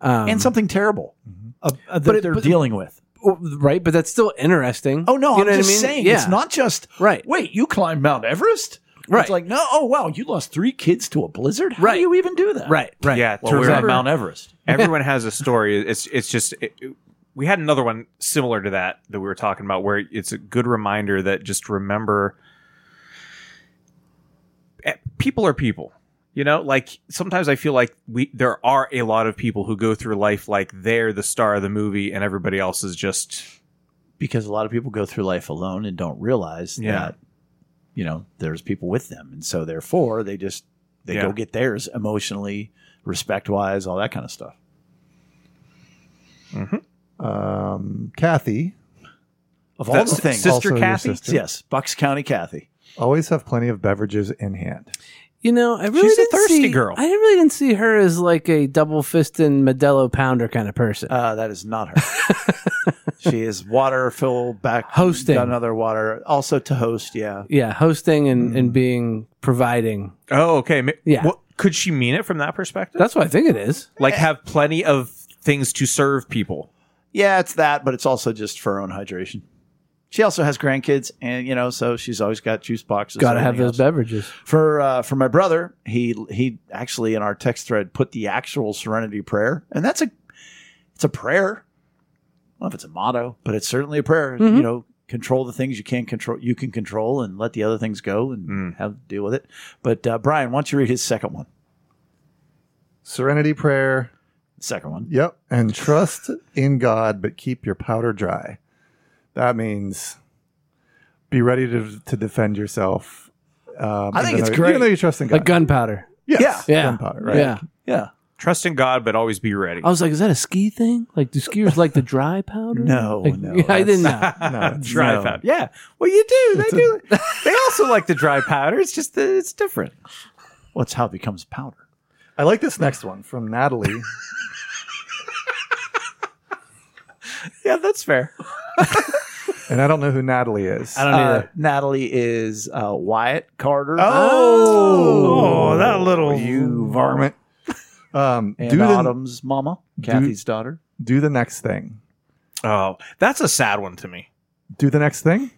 Um,
and something terrible uh, uh, that
Mm-hmm. But it-
they're
but-
dealing with.
right, but that's still interesting.
Oh no,
You know
I'm
what
just
I mean?
saying
Yeah.
it's not just
Right.
Wait, you climbed Mount Everest?
Right.
It's like no. Oh wow, you lost three kids to a blizzard. How
Right.
do you even do that?
right, right.
yeah.
Well, we
to
we're on
remember-
Mount Everest.
everyone has a story. It's it's just it, it- we had another one similar to that that we were talking about, where it's a good reminder that just remember, eh, people are people. You know, like sometimes I feel like we there are a lot of people who go through life like they're the star of the movie and everybody else is just
Because a lot of people go through life alone and don't realize
Yeah.
that you know there's people with them, and so therefore they just they
Yeah.
go get theirs emotionally, respect wise, all that kind of stuff.
Um, Kathy,
Of all
That's
the things,
Sister
also your
Kathy?
sister.
yes, Bucks County Kathy.
always have plenty of beverages in hand.
You know, I really
She's a
didn't
thirsty
see,
girl.
I really didn't see her as like a double fisted Modelo pounder kind of person.
Uh, that is not her. she is water fill back
Hosting.
another water also to host. Yeah,
yeah, hosting and, and being providing.
oh okay ma-
Yeah.
what, could she mean it from that perspective
That's what I think it is.
like have plenty of things to serve people
yeah, it's that, but it's also just for her own hydration. She also has grandkids, and you know, so she's always got juice boxes.
Got to have
everything
those
else.
beverages.
for uh, for my brother. He he actually in our text thread put the actual Serenity prayer, and that's a it's a prayer. I don't know if it's a motto, but it's certainly a prayer.
Mm-hmm.
You know, control the things you can control. You can control, and let the other things go, and have deal with it. But uh, Brian, why don't you read his second one?
Serenity prayer,
Second one.
Yep. And trust in God, but keep your powder dry. That means be ready to, to defend yourself. Um,
I think
even
it's
though-
great.
Even though you trust in God.
Like gunpowder.
yes.
Yeah.
Gunpowder, right?
Yeah.
Yeah.
trust in god but always be ready
I was like, is that a ski thing? Like, do skiers like the dry powder?
No,
Like,
no,
yeah, I didn't know.
dry
no.
powder. Yeah. Well, you do. They do. they also like the dry powder. It's just that it's different.
Well, it's how it becomes powder.
I like this next one from Natalie.
Yeah, that's fair.
and I don't know who Natalie is.
I don't
Uh,
either.
Natalie is uh, Wyatt Carter.
Oh.
Oh, that little-
you varmint. Um,
and
do, the,
Autumn's mama, Kathy's daughter.
do the next thing.
Oh, that's a sad one to me.
Do the next thing.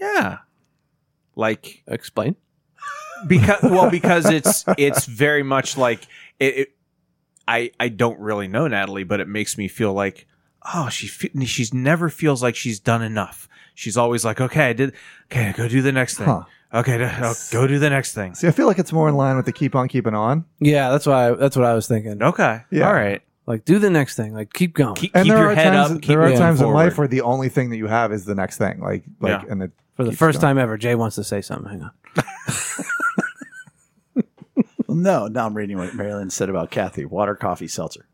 Yeah. Like
Explain.
because well because it's it's very much like it, it I I don't really know Natalie, but it makes me feel like oh she fe- she's never feels like she's done enough. She's always like okay I did okay go do the next thing.
Huh.
Okay, no, go do the next thing.
See, I feel like it's more in line with the keep on keeping on.
Yeah, that's why. that's what I was thinking.
Okay,
Yeah.
all right.
Like, do the next thing. Like, keep going
Keep,
And
keep
there
your
are
head
times
up. keep
there are
moving
times in
forward.
life where the only thing that you have is the next thing. Like like
Yeah.
and it
for the
keeps
first
going.
time ever. Jay wants to say something. Hang on.
No, now I'm reading what Marilyn said about Kathy. Water, coffee, seltzer.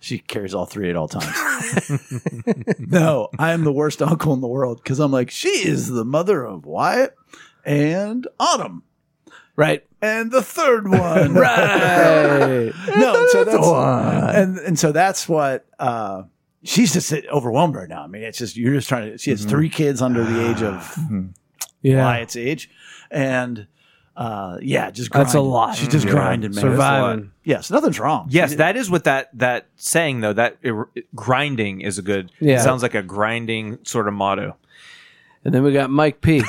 She carries all three at all times. no, I am the worst uncle in the world because I'm like, she is the mother of Wyatt and Autumn.
Right.
And the third one.
Hey.
no, and so that's
one.
and and so that's what uh, she's just overwhelmed right now. I mean, it's just you're just trying to. She has three kids under the age of
Mm-hmm. yeah.
Wyatt's age, and uh, yeah, just grinding.
That's a lot.
She's just
Yeah.
grinding, man.
Surviving.
Yes, nothing's wrong.
Yes, that is what that that saying though. That ir- grinding is a good.
Yeah.
it sounds like a grinding sort of motto.
And then we got Mike P.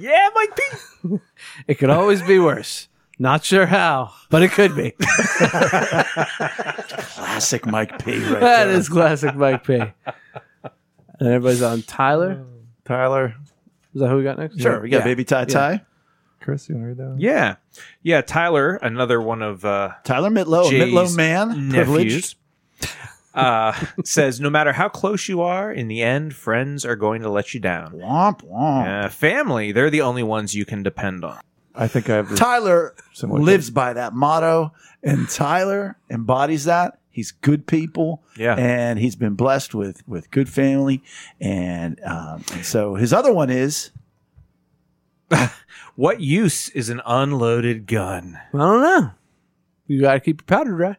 Yeah, Mike P.
it could always be worse. Not sure how, but it could be.
classic Mike P. Right
That
there.
is classic Mike P. And everybody's on Tyler.
Tyler,
Is that who we got next?
sure. We got
Yeah.
baby Ty Ty,
Chris, you want to read that? one?
Yeah, yeah. Tyler, another one of uh,
Tyler Mitlow, a
Jay's
Mitlow man,
nephews,
privileged.
uh, says no matter how close you are, in the end, friends are going to let you down.
Womp womp.
Uh, family, they're the only ones you can depend on.
I think I have this
Tyler
Similar to-
lives by that motto, and Tyler embodies that. He's good people,
Yeah.
and he's been blessed with with good family, and, um, and so his other one is
What use is an unloaded gun?
I don't know. You got to keep your powder dry.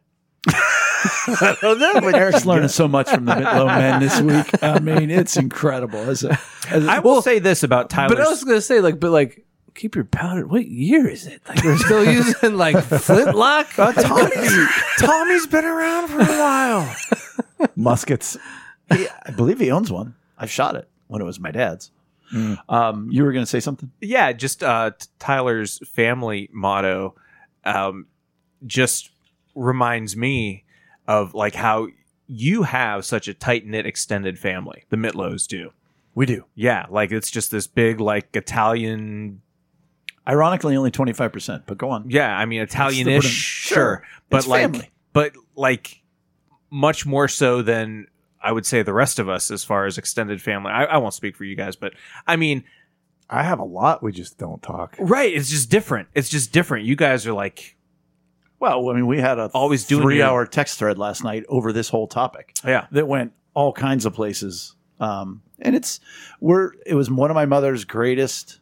I don't know. But Eric's learning so much from the Mitlow men this week. I mean, it's incredible. As a, as a-
I will say this about Tyler.
But I was gonna say like, but like, keep your powder. What year is it? Like we're still using like flintlock.
Tommy's,
Tommy's been around for a while.
muskets.
he, I believe he owns one. I shot it when it was my dad's. Um, you were going to say something?
yeah, just uh, t- Tyler's family motto um, just reminds me of like how you have such a tight knit extended family. The Mitlows do.
We do.
Yeah, like it's just this big like Italian.
Ironically, only 25%, but go on.
Yeah, I mean Italianish, sure,
Sure.
but
It's
like,
family.
but like much more so than I would say the rest of us as far as extended family. I, I won't speak for you guys, but I mean
I have a lot. We just don't talk.
Right. It's just different. It's just different. You guys are like,
Well, I mean, we had a
Always doing
three
your-
hour text thread last night over this whole topic.
Yeah.
that went all kinds of places. Um, and it's we're it was one of my mother's greatest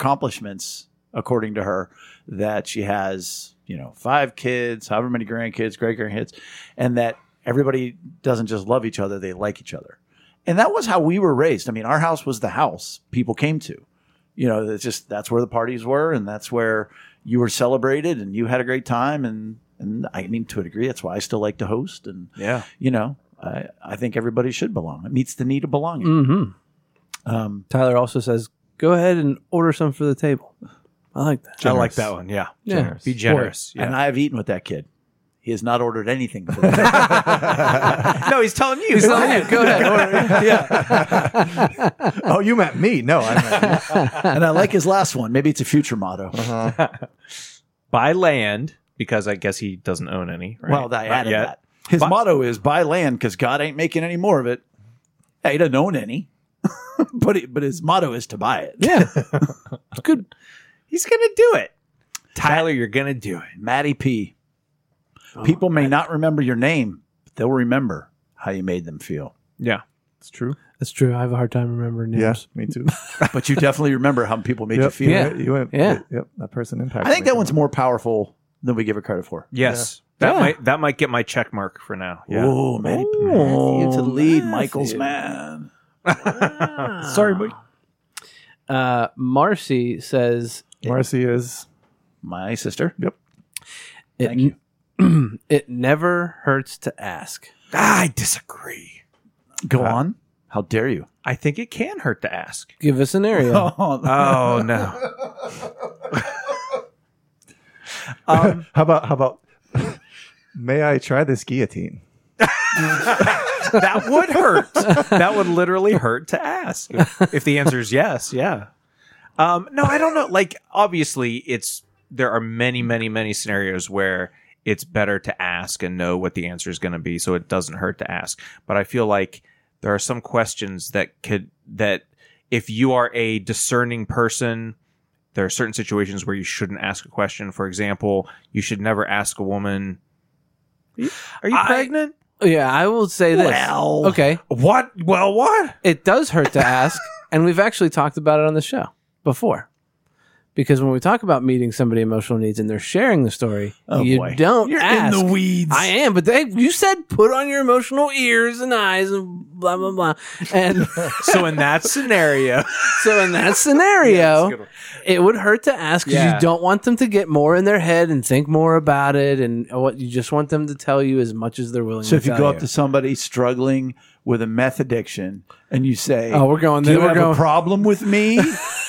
accomplishments, according to her, that she has you know five kids, however many grandkids, great grandkids, and that everybody doesn't just love each other; they like each other. And that was how we were raised. I mean, our house was the house people came to. You know, it's just that's where the parties were, and that's where you were celebrated, and you had a great time. And and I mean, to a degree, that's why I still like to host. And
yeah.
you know, I, I think everybody should belong. It meets the need of belonging.
Mm.
Mm-hmm.
Um,
Tyler also says, go ahead and order some for the table. I like that.
I like
Generous.
that one. Yeah.
Yeah.
Generous. Be generous.
And
Yeah.
I have eaten with that kid. He has not ordered anything. For that.
no, he's telling you.
He's telling you, go ahead. Order.
oh, you meant me? No, I meant you.
and I like his last one. Maybe it's a future motto.
Uh-huh. Buy land because I guess he doesn't own any. Right?
Well, I
Not
added
yet.
that. His
But-
motto is buy land because God ain't making any more of it. Yeah, he doesn't own any, but it, but his motto is to buy it.
Yeah. It's good.
He's going to do it. Tyler, you're going to do it. Oh,
Matty P. People may not remember your name, but they'll remember how you made them feel.
Yeah.
It's true.
That's true. I have a hard time remembering names.
Yes, me too.
But you definitely remember how people made you
Yep,
feel.
you
Yeah.
went- you went-
Yeah.
Yep, that person impacted.
I think
me.
that one's more powerful than we give it credit for.
Yes. That
Yeah.
might that might get my check mark for now. Yeah.
Oh, Matty Matthew to the lead. Michael's man.
Sorry, but
Uh, Marcy says,
Marcy is
My sister.
it,
Thank
it never hurts to ask.
Ah, I disagree.
Go on. uh, How dare you?
I think it can hurt to ask.
Give us an area.
Oh,
Oh no. Um,
how about how about may I try this guillotine?
that would hurt. that would literally hurt to ask. If, if the answer is yes, yeah. Um, no, I don't know. Like, obviously, it's there are many, many, many scenarios where it's better to ask and know what the answer is going to be, so it doesn't hurt to ask. But I feel like there are some questions that could that if you are a discerning person. There are certain situations where you shouldn't ask a question. For example, you should never ask a woman, "Are you
I-
pregnant?"
Yeah, I will say this.
Well.
okay,
What? Well, what?
it does hurt to ask, and we've actually talked about it on the show before. Because when we talk about meeting somebody emotional needs and they're sharing the story,
Oh,
you
boy.
don't
You're
ask.
in the weeds.
I am, but they you said put on your emotional ears and eyes and blah blah blah. And
So in that scenario,
so in that scenario, it would hurt to ask because
Yeah.
you don't want them to get more in their head and think more about it, and what you just want them to tell you as much as they're willing.
So
to
if you
tell
go up to somebody struggling with a meth addiction and you say,
oh, we're going
Do
there.
you
We're
have
going.
a problem with me?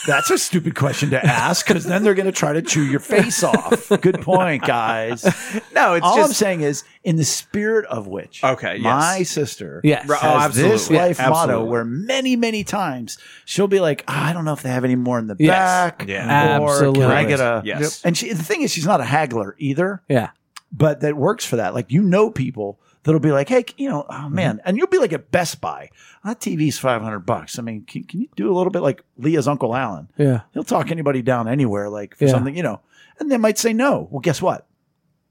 That's a stupid question to ask because then they're going to try to chew your face off. Good point, guys.
no, it's
All I'm
just
saying is, in the spirit of which,
Okay, yes.
my sister
Yes.
Right, oh,
has this
absolutely.
life
Yeah,
motto
absolutely.
where many, many times she'll be like, "Ah, I don't know if they have any more in the
Yes.
back.
Yeah.
or
Absolutely.
Can I get a?
Yes.
And she, the thing is, she's not a haggler either
yeah,
but that works for that. Like you know people that'll be like, hey, you know,
Mm-hmm.
oh man, and you'll be like at Best Buy. That TV's five hundred bucks. I mean, can, can you do a little bit like Leah's uncle Alan?
yeah.
He'll talk anybody down anywhere, like for
Yeah.
something, you know. And they might say no. Well, guess what?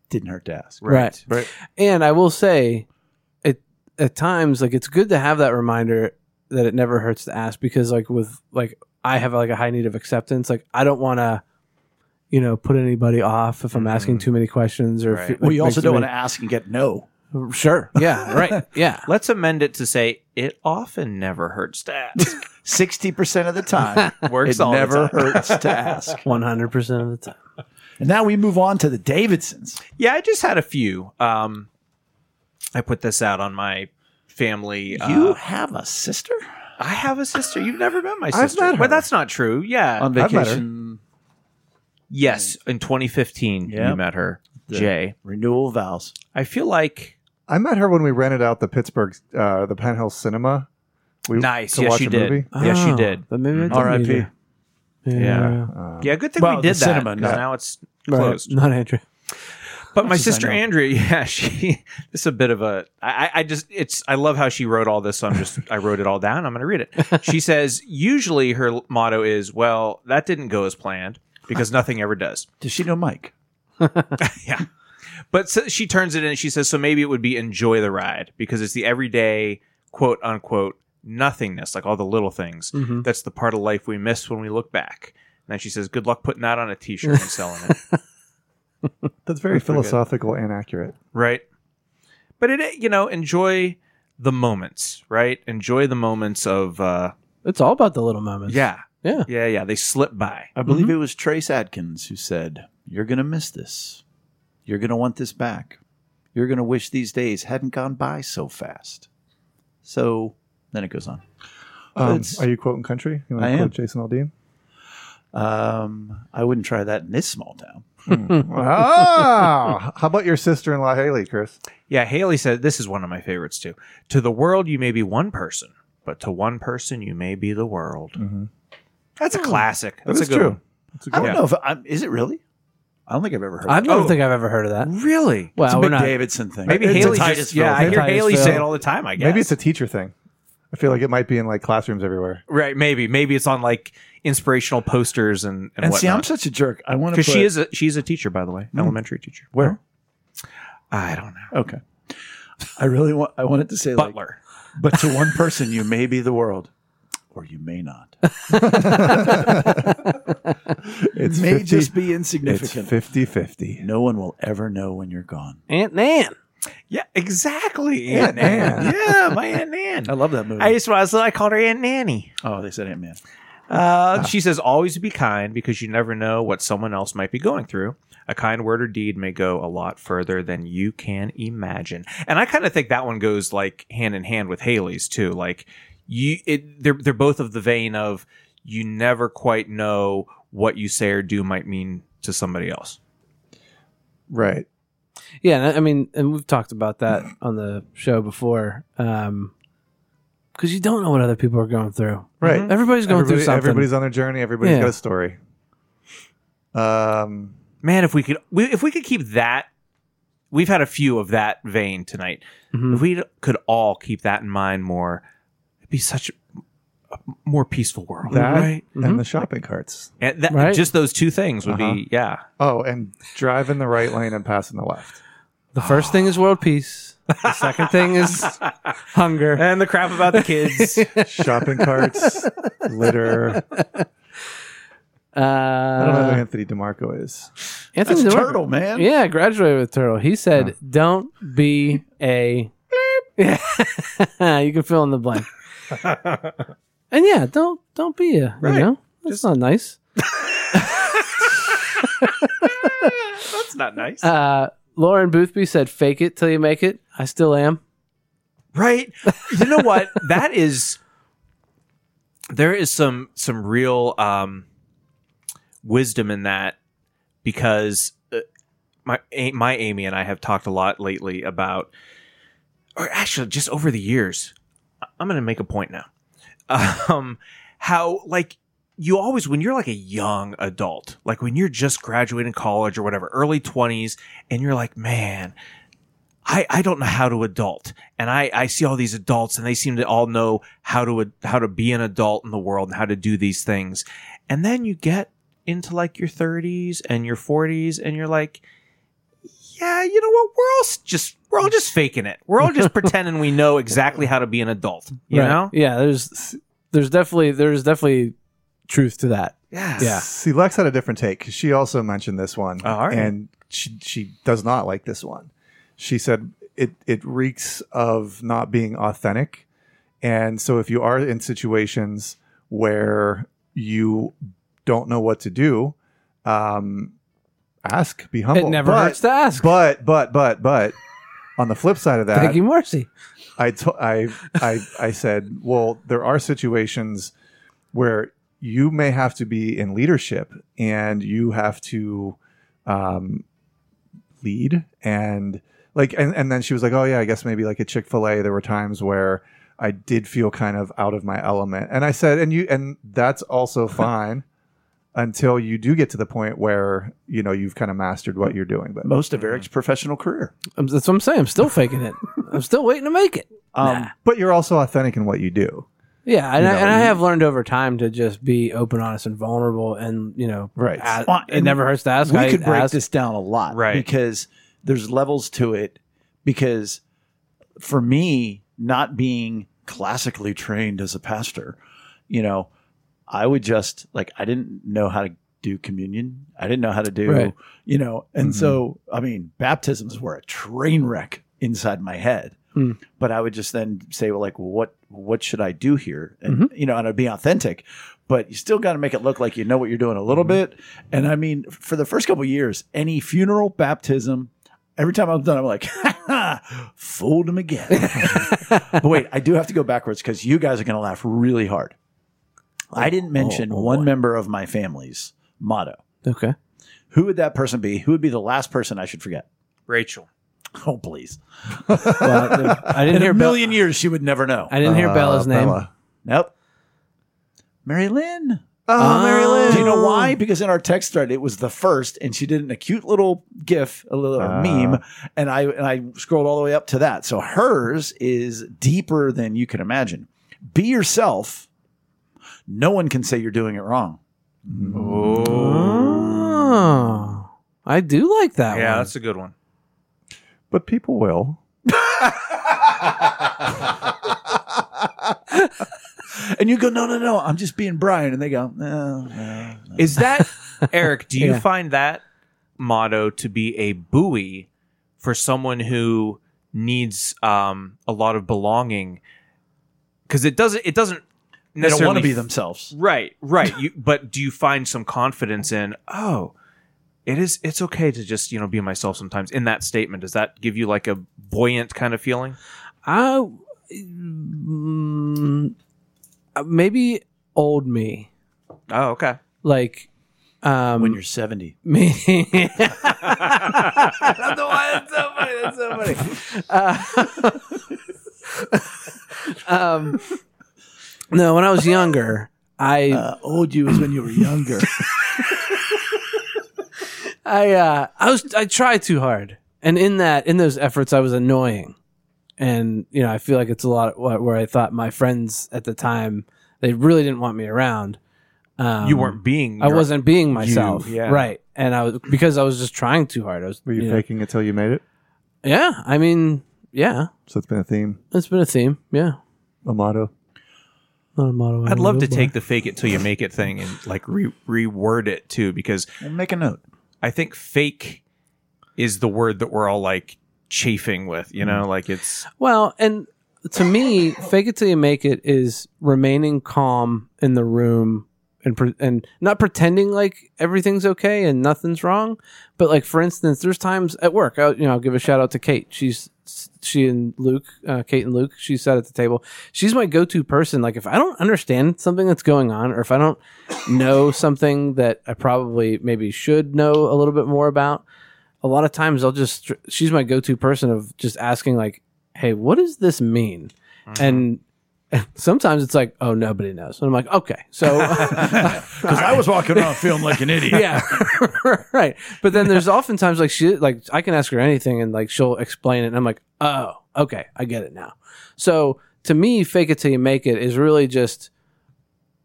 Didn't hurt to ask.
Right.
Right.
And I will say, it at times like it's good to have that reminder that it never hurts to ask because like with like I have like a high need of acceptance. Like I don't want to, you know, put anybody off if I'm
Mm-hmm.
asking too many questions or.
Right.
If, it,
We
like,
also
makes
don't want
me-
to ask and get no.
Sure. Yeah. Right. Yeah.
Let's amend it to say it often never hurts to ask.
Sixty percent of the time,
Works
it
all the
never
time.
hurts to ask.
One hundred percent of the time.
And now we move on to the Davidsons.
yeah, I just had a few. Um, I put this out on my family.
you
uh,
have a sister
I have a sister. You've never met my
I've
sister.
met her.
But that's not true. Yeah.
on
I've met her.
vacation
yes, in 2015
Yeah.
you met her, Jay.
renewal vows.
I feel like
I met her when we rented out the Pittsburgh, uh, the Penthouse Cinema. We,
nice.
to
Yes,
watch
she
a
did.
movie.
Yes, she
Oh,
did. Mm-hmm.
But maybe I did
R.I.P.
meet her. Yeah.
Yeah.
Uh,
Yeah, good thing
Well,
we did
the
that.
cinema,
'cause
not-
now it's
Right.
closed.
Not Andrew.
But my
Much as I
sister
know.
Andrea, yeah, she this is a bit of a I, I- I just it's I love how she wrote all this. So I'm just I wrote it all down. I'm gonna read it. She says usually her motto is, Well, that didn't go as planned because nothing ever does.
Does she know Mike?
yeah. But so she turns it in and she says, so maybe it would be enjoy the ride because it's the everyday quote unquote nothingness, like all the little things.
Mm-hmm.
Mhm.
That's the part of life we miss when we look back. And then she says, good luck putting that on a t shirt and selling it.
that's very
pretty good.
philosophical and accurate.
right? But it, you know, enjoy the moments, right? Enjoy the moments of, uh,
It's all about the little moments.
yeah,
Yeah.
yeah, yeah. They slip by.
I believe it was Trace Adkins who said, You're going to miss this. You're going to want this back. You're going to wish these days hadn't gone by so fast. So then it goes on.
Um,
It's-
are you quoting country? You want
I
to
am.
quote Jason Aldean?
Um, I wouldn't try that in this small town.
ah, how about your sister-in-law Haley, Chris?
Yeah, Haley said, this is one of my favorites too. To the world, you may be one person, but to one person, you may be the world. That's a classic. That's
is
a good
true.
one.
That's a
I
good
don't
Yeah.
know if I'm, is it really? I don't think I've ever heard
I
of it.
don't
Oh.
think I've ever heard of that.
Really?
Well,
It's a
we're
big
not.
Davidson thing.
Maybe
It's a
Haley just,
Titusville
yeah, I
thing.
hear
Titusville.
Haley say it all the time, I guess.
Maybe it's a teacher thing. I feel like it might be in like classrooms everywhere.
right, maybe. Maybe it's on like inspirational posters and, and,
And see, I'm
whatnot.
such a jerk. I want to.
Because she is a she's a teacher, by the way. Elementary teacher.
Where?
I don't know.
Okay. I really want. I wanted to say like,
Butler.
but to one person, you may be the world, or you may not.
It's
may
50,
just be
it's
insignificant.
50-50.
No one will ever know when you're gone.
Aunt Nan.
Yeah, exactly.
Aunt Nan.
yeah, my Aunt Nan.
I love that movie.
I just when I was little, I called her Aunt Nanny.
oh, they said Ant Man.
Uh, She says, always be kind because you never know what someone else might be going through. A kind word or deed may go a lot further than you can imagine. And I kind of think that one goes like hand in hand with Haley's too. Like you, it, they're, they're both of the vein of you never quite know what you say or do might mean to somebody else.
Right.
Yeah, and I- I mean, and we've talked about that on the show before, because you don't know what other people are going through.
Right.
Everybody's Mm-hmm. going
Everybody-
through something.
Everybody's on their journey. Everybody's
Yeah.
got a story. Um,
Man, if we could, we, if we could keep that, we've had a few of that vein tonight.
Mhm.
Mm-hmm.
If we could all keep that in mind more, it'd be such a, a more peaceful world,
that
right?
and the shopping carts.
And that,
Right.
just those two things would
Uh-huh.
be, yeah,
Oh, and driving the right lane and passing the left.
The first thing is world peace. The second thing is hunger.
and the crap about the kids.
Shopping carts, litter.
Uh,
I don't know who Anthony DeMarco is.
Anthony
That's
DeMarco-
turtle, man.
Yeah, I graduated with turtle. He said, "Don't be a." Yeah, you can fill in the blank. and yeah, don't don't be a. You know, that's not nice.
That's not nice.
Uh, Lauren Boothby said, "Fake it till you make it." I still am.
right you know what that is there is some some real um wisdom in that because uh, my A- my amy and i have talked a lot lately about or actually just over the years I- i'm gonna make a point now um how like you always when you're like a young adult like when you're just graduating college or whatever early 20s and you're like man I, I don't know how to adult and I, I see all these adults and they seem to all know how to how to be an adult in the world and how to do these things and then you get into like your 30s and your 40s and you're like yeah you know what we're all s- just we're all just faking it we're all just pretending we know exactly how to be an adult you
Right.
know
Yeah, there's there's definitely there's definitely truth to that.
yes.
Yeah.
See, Lex had a different take. 'cause She also mentioned this one,
Oh, all right.
and she she does not like this one. She said it it reeks of not being authentic, and so if you are in situations where you don't know what to do, um, ask,
Oh,
be humble.
it never
but,
hurts to ask.
But but but but on the flip side of that,
Thank you, Marcy.
I to- I I I said, well, there are situations where you may have to be in leadership and you have to um, lead and like and, and then she was like, oh yeah, I guess maybe like at Chick Fil A, there were times where I did feel kind of out of my element, and I said, and you and that's also fine until you do get to the point where you know you've kind of mastered what you're doing, but.
Most of Eric's professional career.
I'm, that's what I'm saying. I'm still faking it. I'm still waiting to make it.
Um,
But you're also authentic in what you do,
Yeah, and,
You
I,
know,
and I
you-
have learned over time to just be open, honest, and vulnerable, and you know,
right?
a-
Well,
it never hurts to ask.
we
I
could break
ask.
this down a lot
Right.
because there's levels to it because for me not being classically trained as a pastor you know i would just like i didn't know how to do communion i didn't know how to do
Right. Mm-hmm.
you know and
Mhm.
so i mean baptisms were a train wreck inside my head
Hmm.
but i would just then say well like what what should i do here and
Mm-hmm.
you know and i'd be authentic but you still got to make it look like you know what you're doing a little
Mm-hmm.
bit. And I mean, for the first couple of years, any funeral, baptism, every time I'm done, I'm like, ha, ha, fooled him again. but wait, I do have to go backwards because you guys are going to laugh really hard. I didn't mention
oh,
one
oh, boy.
member of my family's motto.
Okay,
Who would that person be? Who would be the last person I should forget?
rachel
Oh, please.
well, I didn't
In
hear
a
Bella-
million years, she would never know.
I didn't hear
Uh,
Bella's name.
Bella.
Nope. Mary Lynn.
Oh, Mary
Oh.
Lynn.
Do you know why? Because in our text thread, it was the first, and she did an acute little GIF, a little
Ah.
meme, and I and I scrolled all the way up to that. So hers is deeper than you can imagine. Be yourself. No one can say you're doing it wrong.
Oh, I do like that
yeah
one.
that's a good one
But people will.
And you go, no, no, no, I'm just being Brian, and they go, no, no, no."
Is that Eric? Do you
Yeah.
find that motto to be a buoy for someone who needs um, a lot of belonging? Because it doesn't. It doesn't.
they don't want
necessarily-
to be themselves.
Right. Right. You. But do you find some confidence in? Oh, it is. It's okay to just you know be myself sometimes. In that statement, does that give you like a buoyant kind of feeling?
I mm, maybe old me,
Oh, okay.
like um,
When you're 70,
me. um, no, when I was younger, I
uh, old you is when you were younger.
I uh, I was I tried too hard, and in that in those efforts, I was annoying, and you know I feel like it's a lot wh- where I thought my friends at the time they really didn't want me around. Um,
you weren't being.
I
your-
wasn't being myself,
yeah.
right? And I was because I was just trying too hard. I was
Were you
you know,
faking it till you made it?
Yeah, I mean, yeah,
So it's been a theme,
it's been a theme. Yeah,
a motto.
not a motto. I
I'd love to
live by.
take the fake it till you make it thing and like re- reword it too, because
Well, make a note.
I think fake is the word that we're all like chafing with, you know, like it's
Well, and to me, fake it till you make it is remaining calm in the room and pre- and not pretending like everything's okay and nothing's wrong. But like for instance, there's times at work. I, you know, I'll give a shout out to Kate. She's she and Luke, uh, Kate and Luke. She sat at the table. She's my go-to person. Like if I don't understand something that's going on, or if I don't know something that I probably maybe should know a little bit more about, a lot of times I'll just she's my go-to person of just asking like, "Hey, what does this mean?" And sometimes it's like, "Oh, nobody knows." And I'm like, "Okay." So
Because I was walking around feeling like an idiot.
yeah. right. But then there's oftentimes like she like I can ask her anything and like she'll explain it and I'm like, "Oh, okay. I get it now." So, to me, fake it till you make it is really just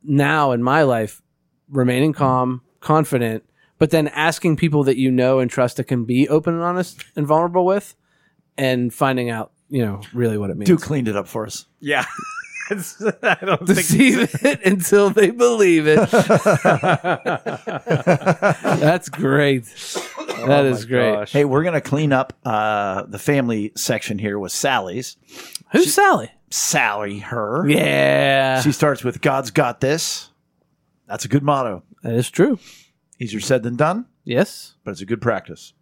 now in my life remaining calm, confident, but then asking people that you know and trust that can be open and honest and vulnerable with and finding out, you know, really what it means.
Duke cleaned it up for us.
yeah. It's, I don't think
Deceive it until they believe it. That's great. That is great.
Hey, we're gonna clean up uh, the family section here with Sally's.
Who's Sally?
Sally, her.
Yeah,
She starts with "God's got this." That's a good motto.
that is true.
Easier said than done,
Yes.
but it's a good practice.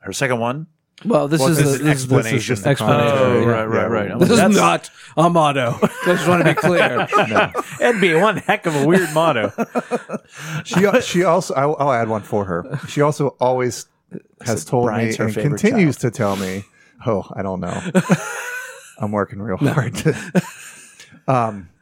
Her second one.
Well, this is
this
the-
is an
this is- this is
explanation.
just explanation.
Oh,
yeah.
right, right,
I'm
This
like,
is
that's-
not a motto. I just want to be clear.
that'd be one heck of a weird motto.
She she also I'll, I'll add one for her. She also always has told
Brian's her
me and
favorite
continues to tell me. Oh, I don't know. I'm working real hard. um.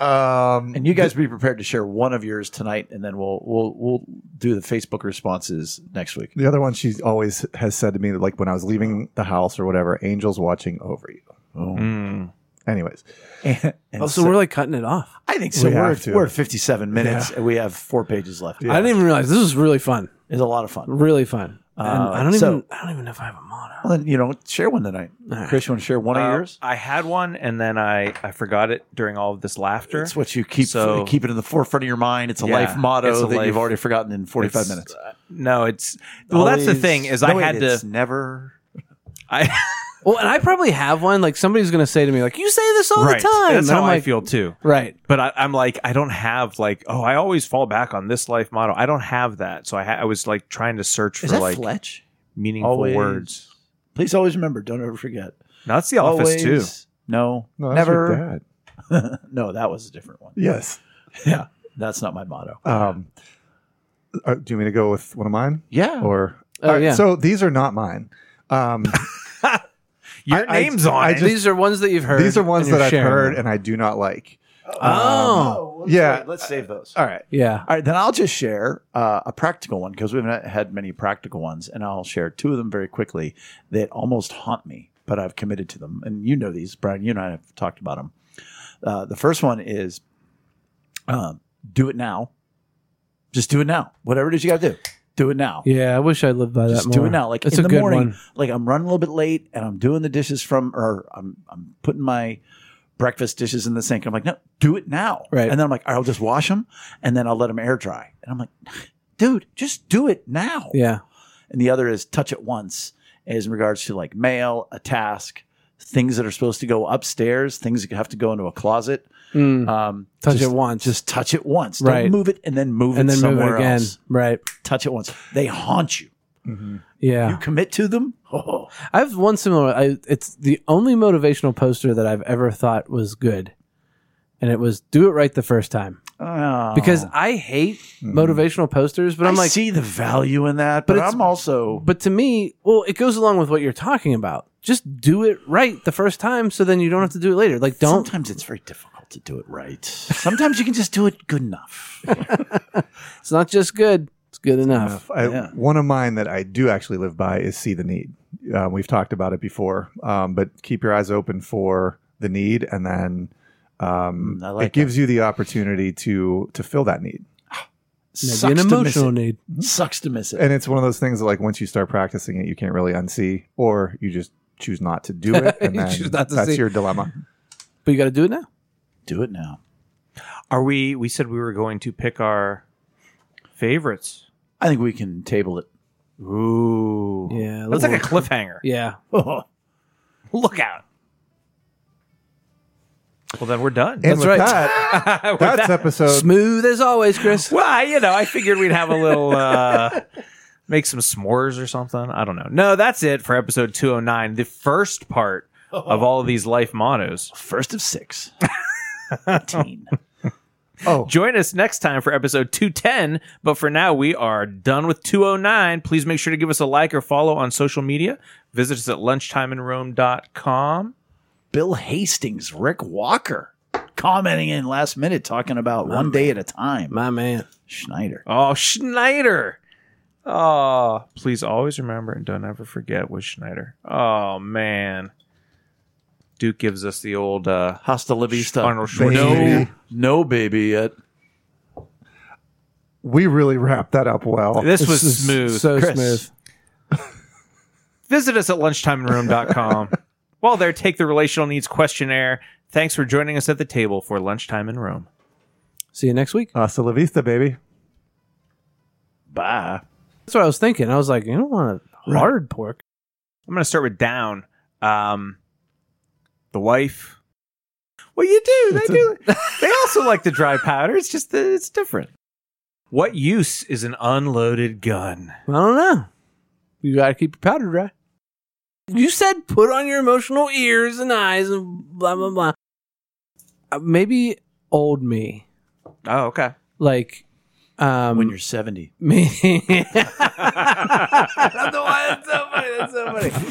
um.
And you guys be prepared to share one of yours tonight, and then we'll we'll we'll do the Facebook responses next week.
The other one she always has said to me, like when I was leaving the house or whatever, angels watching over you. Mm. Anyways,
And,
Oh, so we're like cutting it off.
I think so.
We
We are
have
at,
to.
we're at 57 minutes, and we have four pages left.
I didn't even realize this was really fun.
It's a lot of fun.
Really fun. And
Uh,
I don't even.
so-
I don't even know if I have a motto.
Well, then, you know, share one tonight. Chris, you want to share one of
Uh,
yours?
I had one and then I, I forgot it during all of this laughter.
It's what you keep
So-
keep it in the forefront of your mind. It's a
Yeah,
life motto
it's a
that
life-
you've already forgotten in 45
It's-
minutes.
uh, no, it's well. that's the
Always-
thing is
No,
I
wait,
had
it's
to.
never.
I,
Well, and I probably have one. Like somebody's going to say to me, like, "You say this all
right,
the time."
that's
And
how
I'm
I
like,
feel too.
Right.
But I, I'm like I don't have like oh I always fall back on this life motto. I don't have that, so I ha- I was like trying to search
Is
for
that
like
Fletch?
meaningful
Always.
words.
Please always remember. Don't ever forget.
No, that's the office
always.
too.
No,
no, that's your
never.
dad.
No, that was a different one.
Yes.
Yeah, that's not my motto.
Um, uh, do you want me to go with one of mine?
Yeah.
Or
Oh,
All right,
yeah.
So these are not mine. Um,
Your
I-
name's on
I
it.
just-
these are ones that you've heard.
these are ones
and you're
that I've
sharing
heard
them.
and I do not like.
Um,
Oh,
let's
yeah.
wait, let's save those.
All right.
yeah.
All right, then I'll just share uh, a practical one because we've not had many practical ones, and I'll share two of them very quickly that almost haunt me, but I've committed to them. And you know these, Brian. You and I have talked about them. Uh, the first one is um, do it now. Just do it now. Whatever it is you got to do, do it now.
Yeah. I wish I lived by
Just
that.
do
more.
it now. Like
it's
in
a
the
good
morning,
one.
like I'm running a little bit late and I'm doing the dishes from, or I'm I'm putting my breakfast dishes in the sink. I'm like, no, do it now.
Right.
And then I'm like, I'll just wash them and then I'll let them air dry. And I'm like, dude, just do it now.
Yeah.
And the other is touch it once, is in regards to like mail, a task, things that are supposed to go upstairs, things that have to go into a closet.
Mm.
Um,
Touch
just,
it once.
Just touch it once.
Right.
Don't move it and then move
and
it
then move
somewhere
it again.
else.
Right.
Touch it once. They haunt you.
Yeah.
You commit to them. Oh.
I have one similar. I, it's the only motivational poster that I've ever thought was good, and it was "Do it right the first time."
Oh.
Because I hate motivational posters, but
I
I'm like,
see the value in that, but,
But it's-
I'm also
but to me, well, it goes along with what you're talking about. Just do it right the first time, so then you don't have to do it later. Like, don't.
sometimes it's very difficult to do it right. Sometimes you can just do it good enough.
It's not just good; it's good enough.
Uh, I,
Yeah.
One of mine that I do actually live by is see the need. Uh, we've talked about it before, um, but keep your eyes open for the need, and then um,
Mm, I like
it gives you the opportunity to to fill that
Maybe
need.
an
Sucks to miss
emotional
it. Mm-hmm.
need.
Sucks to miss it.
And it's one of those things that, like, once you start practicing it, you can't really unsee, or you just choose not to do it. And
You
then
choose not to
that's
see.
your dilemma.
But you got to do it now.
Do it now.
Are we? We said we were going to pick our favorites.
I think we can table it.
Ooh,
Yeah,
That's like a
look-
cliffhanger.
Yeah.
Look out. Well, then we're done.
And
That's
with
right.
that,
With
that's
that-
episode.
Smooth as always, Chris.
Well, you know, I figured we'd have a little uh make some s'mores or something. I don't know. No, that's it for episode 209, the first part of all of these life mottos.
First of six. 18.
Oh,
Join us next time for episode 210, but for now we are done with 209. Please make sure to give us a like or follow on social media. Visit us at lunchtimeinrome.com.
Bill Hastings, Rick Walker commenting in last minute talking about one day at a time.
My man.
Schneider.
Oh, Schneider. Oh, please always remember and don't ever forget with Schneider. Oh man. Duke gives us the old uh
Hasta la vista.
Arnold
no,
Schwarzenegger.
no baby yet.
we really wrapped that up well.
This, was
is
smooth.
So
Chris.
smooth.
Visit us at lunchtimeinroom.com. While there, take the relational needs questionnaire. Thanks for joining us at the table for Lunchtime in Rome.
See you next week.
Hasta la vista, Uh, baby.
Bye.
That's what I was thinking. I was like, you don't want a hard pork.
I'm going to start with down. Um, the wife. Well, you do. They do. they also like the dry powder. It's just that it's different. What use is an unloaded gun?
I don't know. You got to keep your powder dry. You said put on your emotional ears and eyes and blah, blah, blah. Uh, maybe old me.
Oh, okay.
Like, um,
When you're 70.
me.
I don't know why
that's so funny. That's so funny.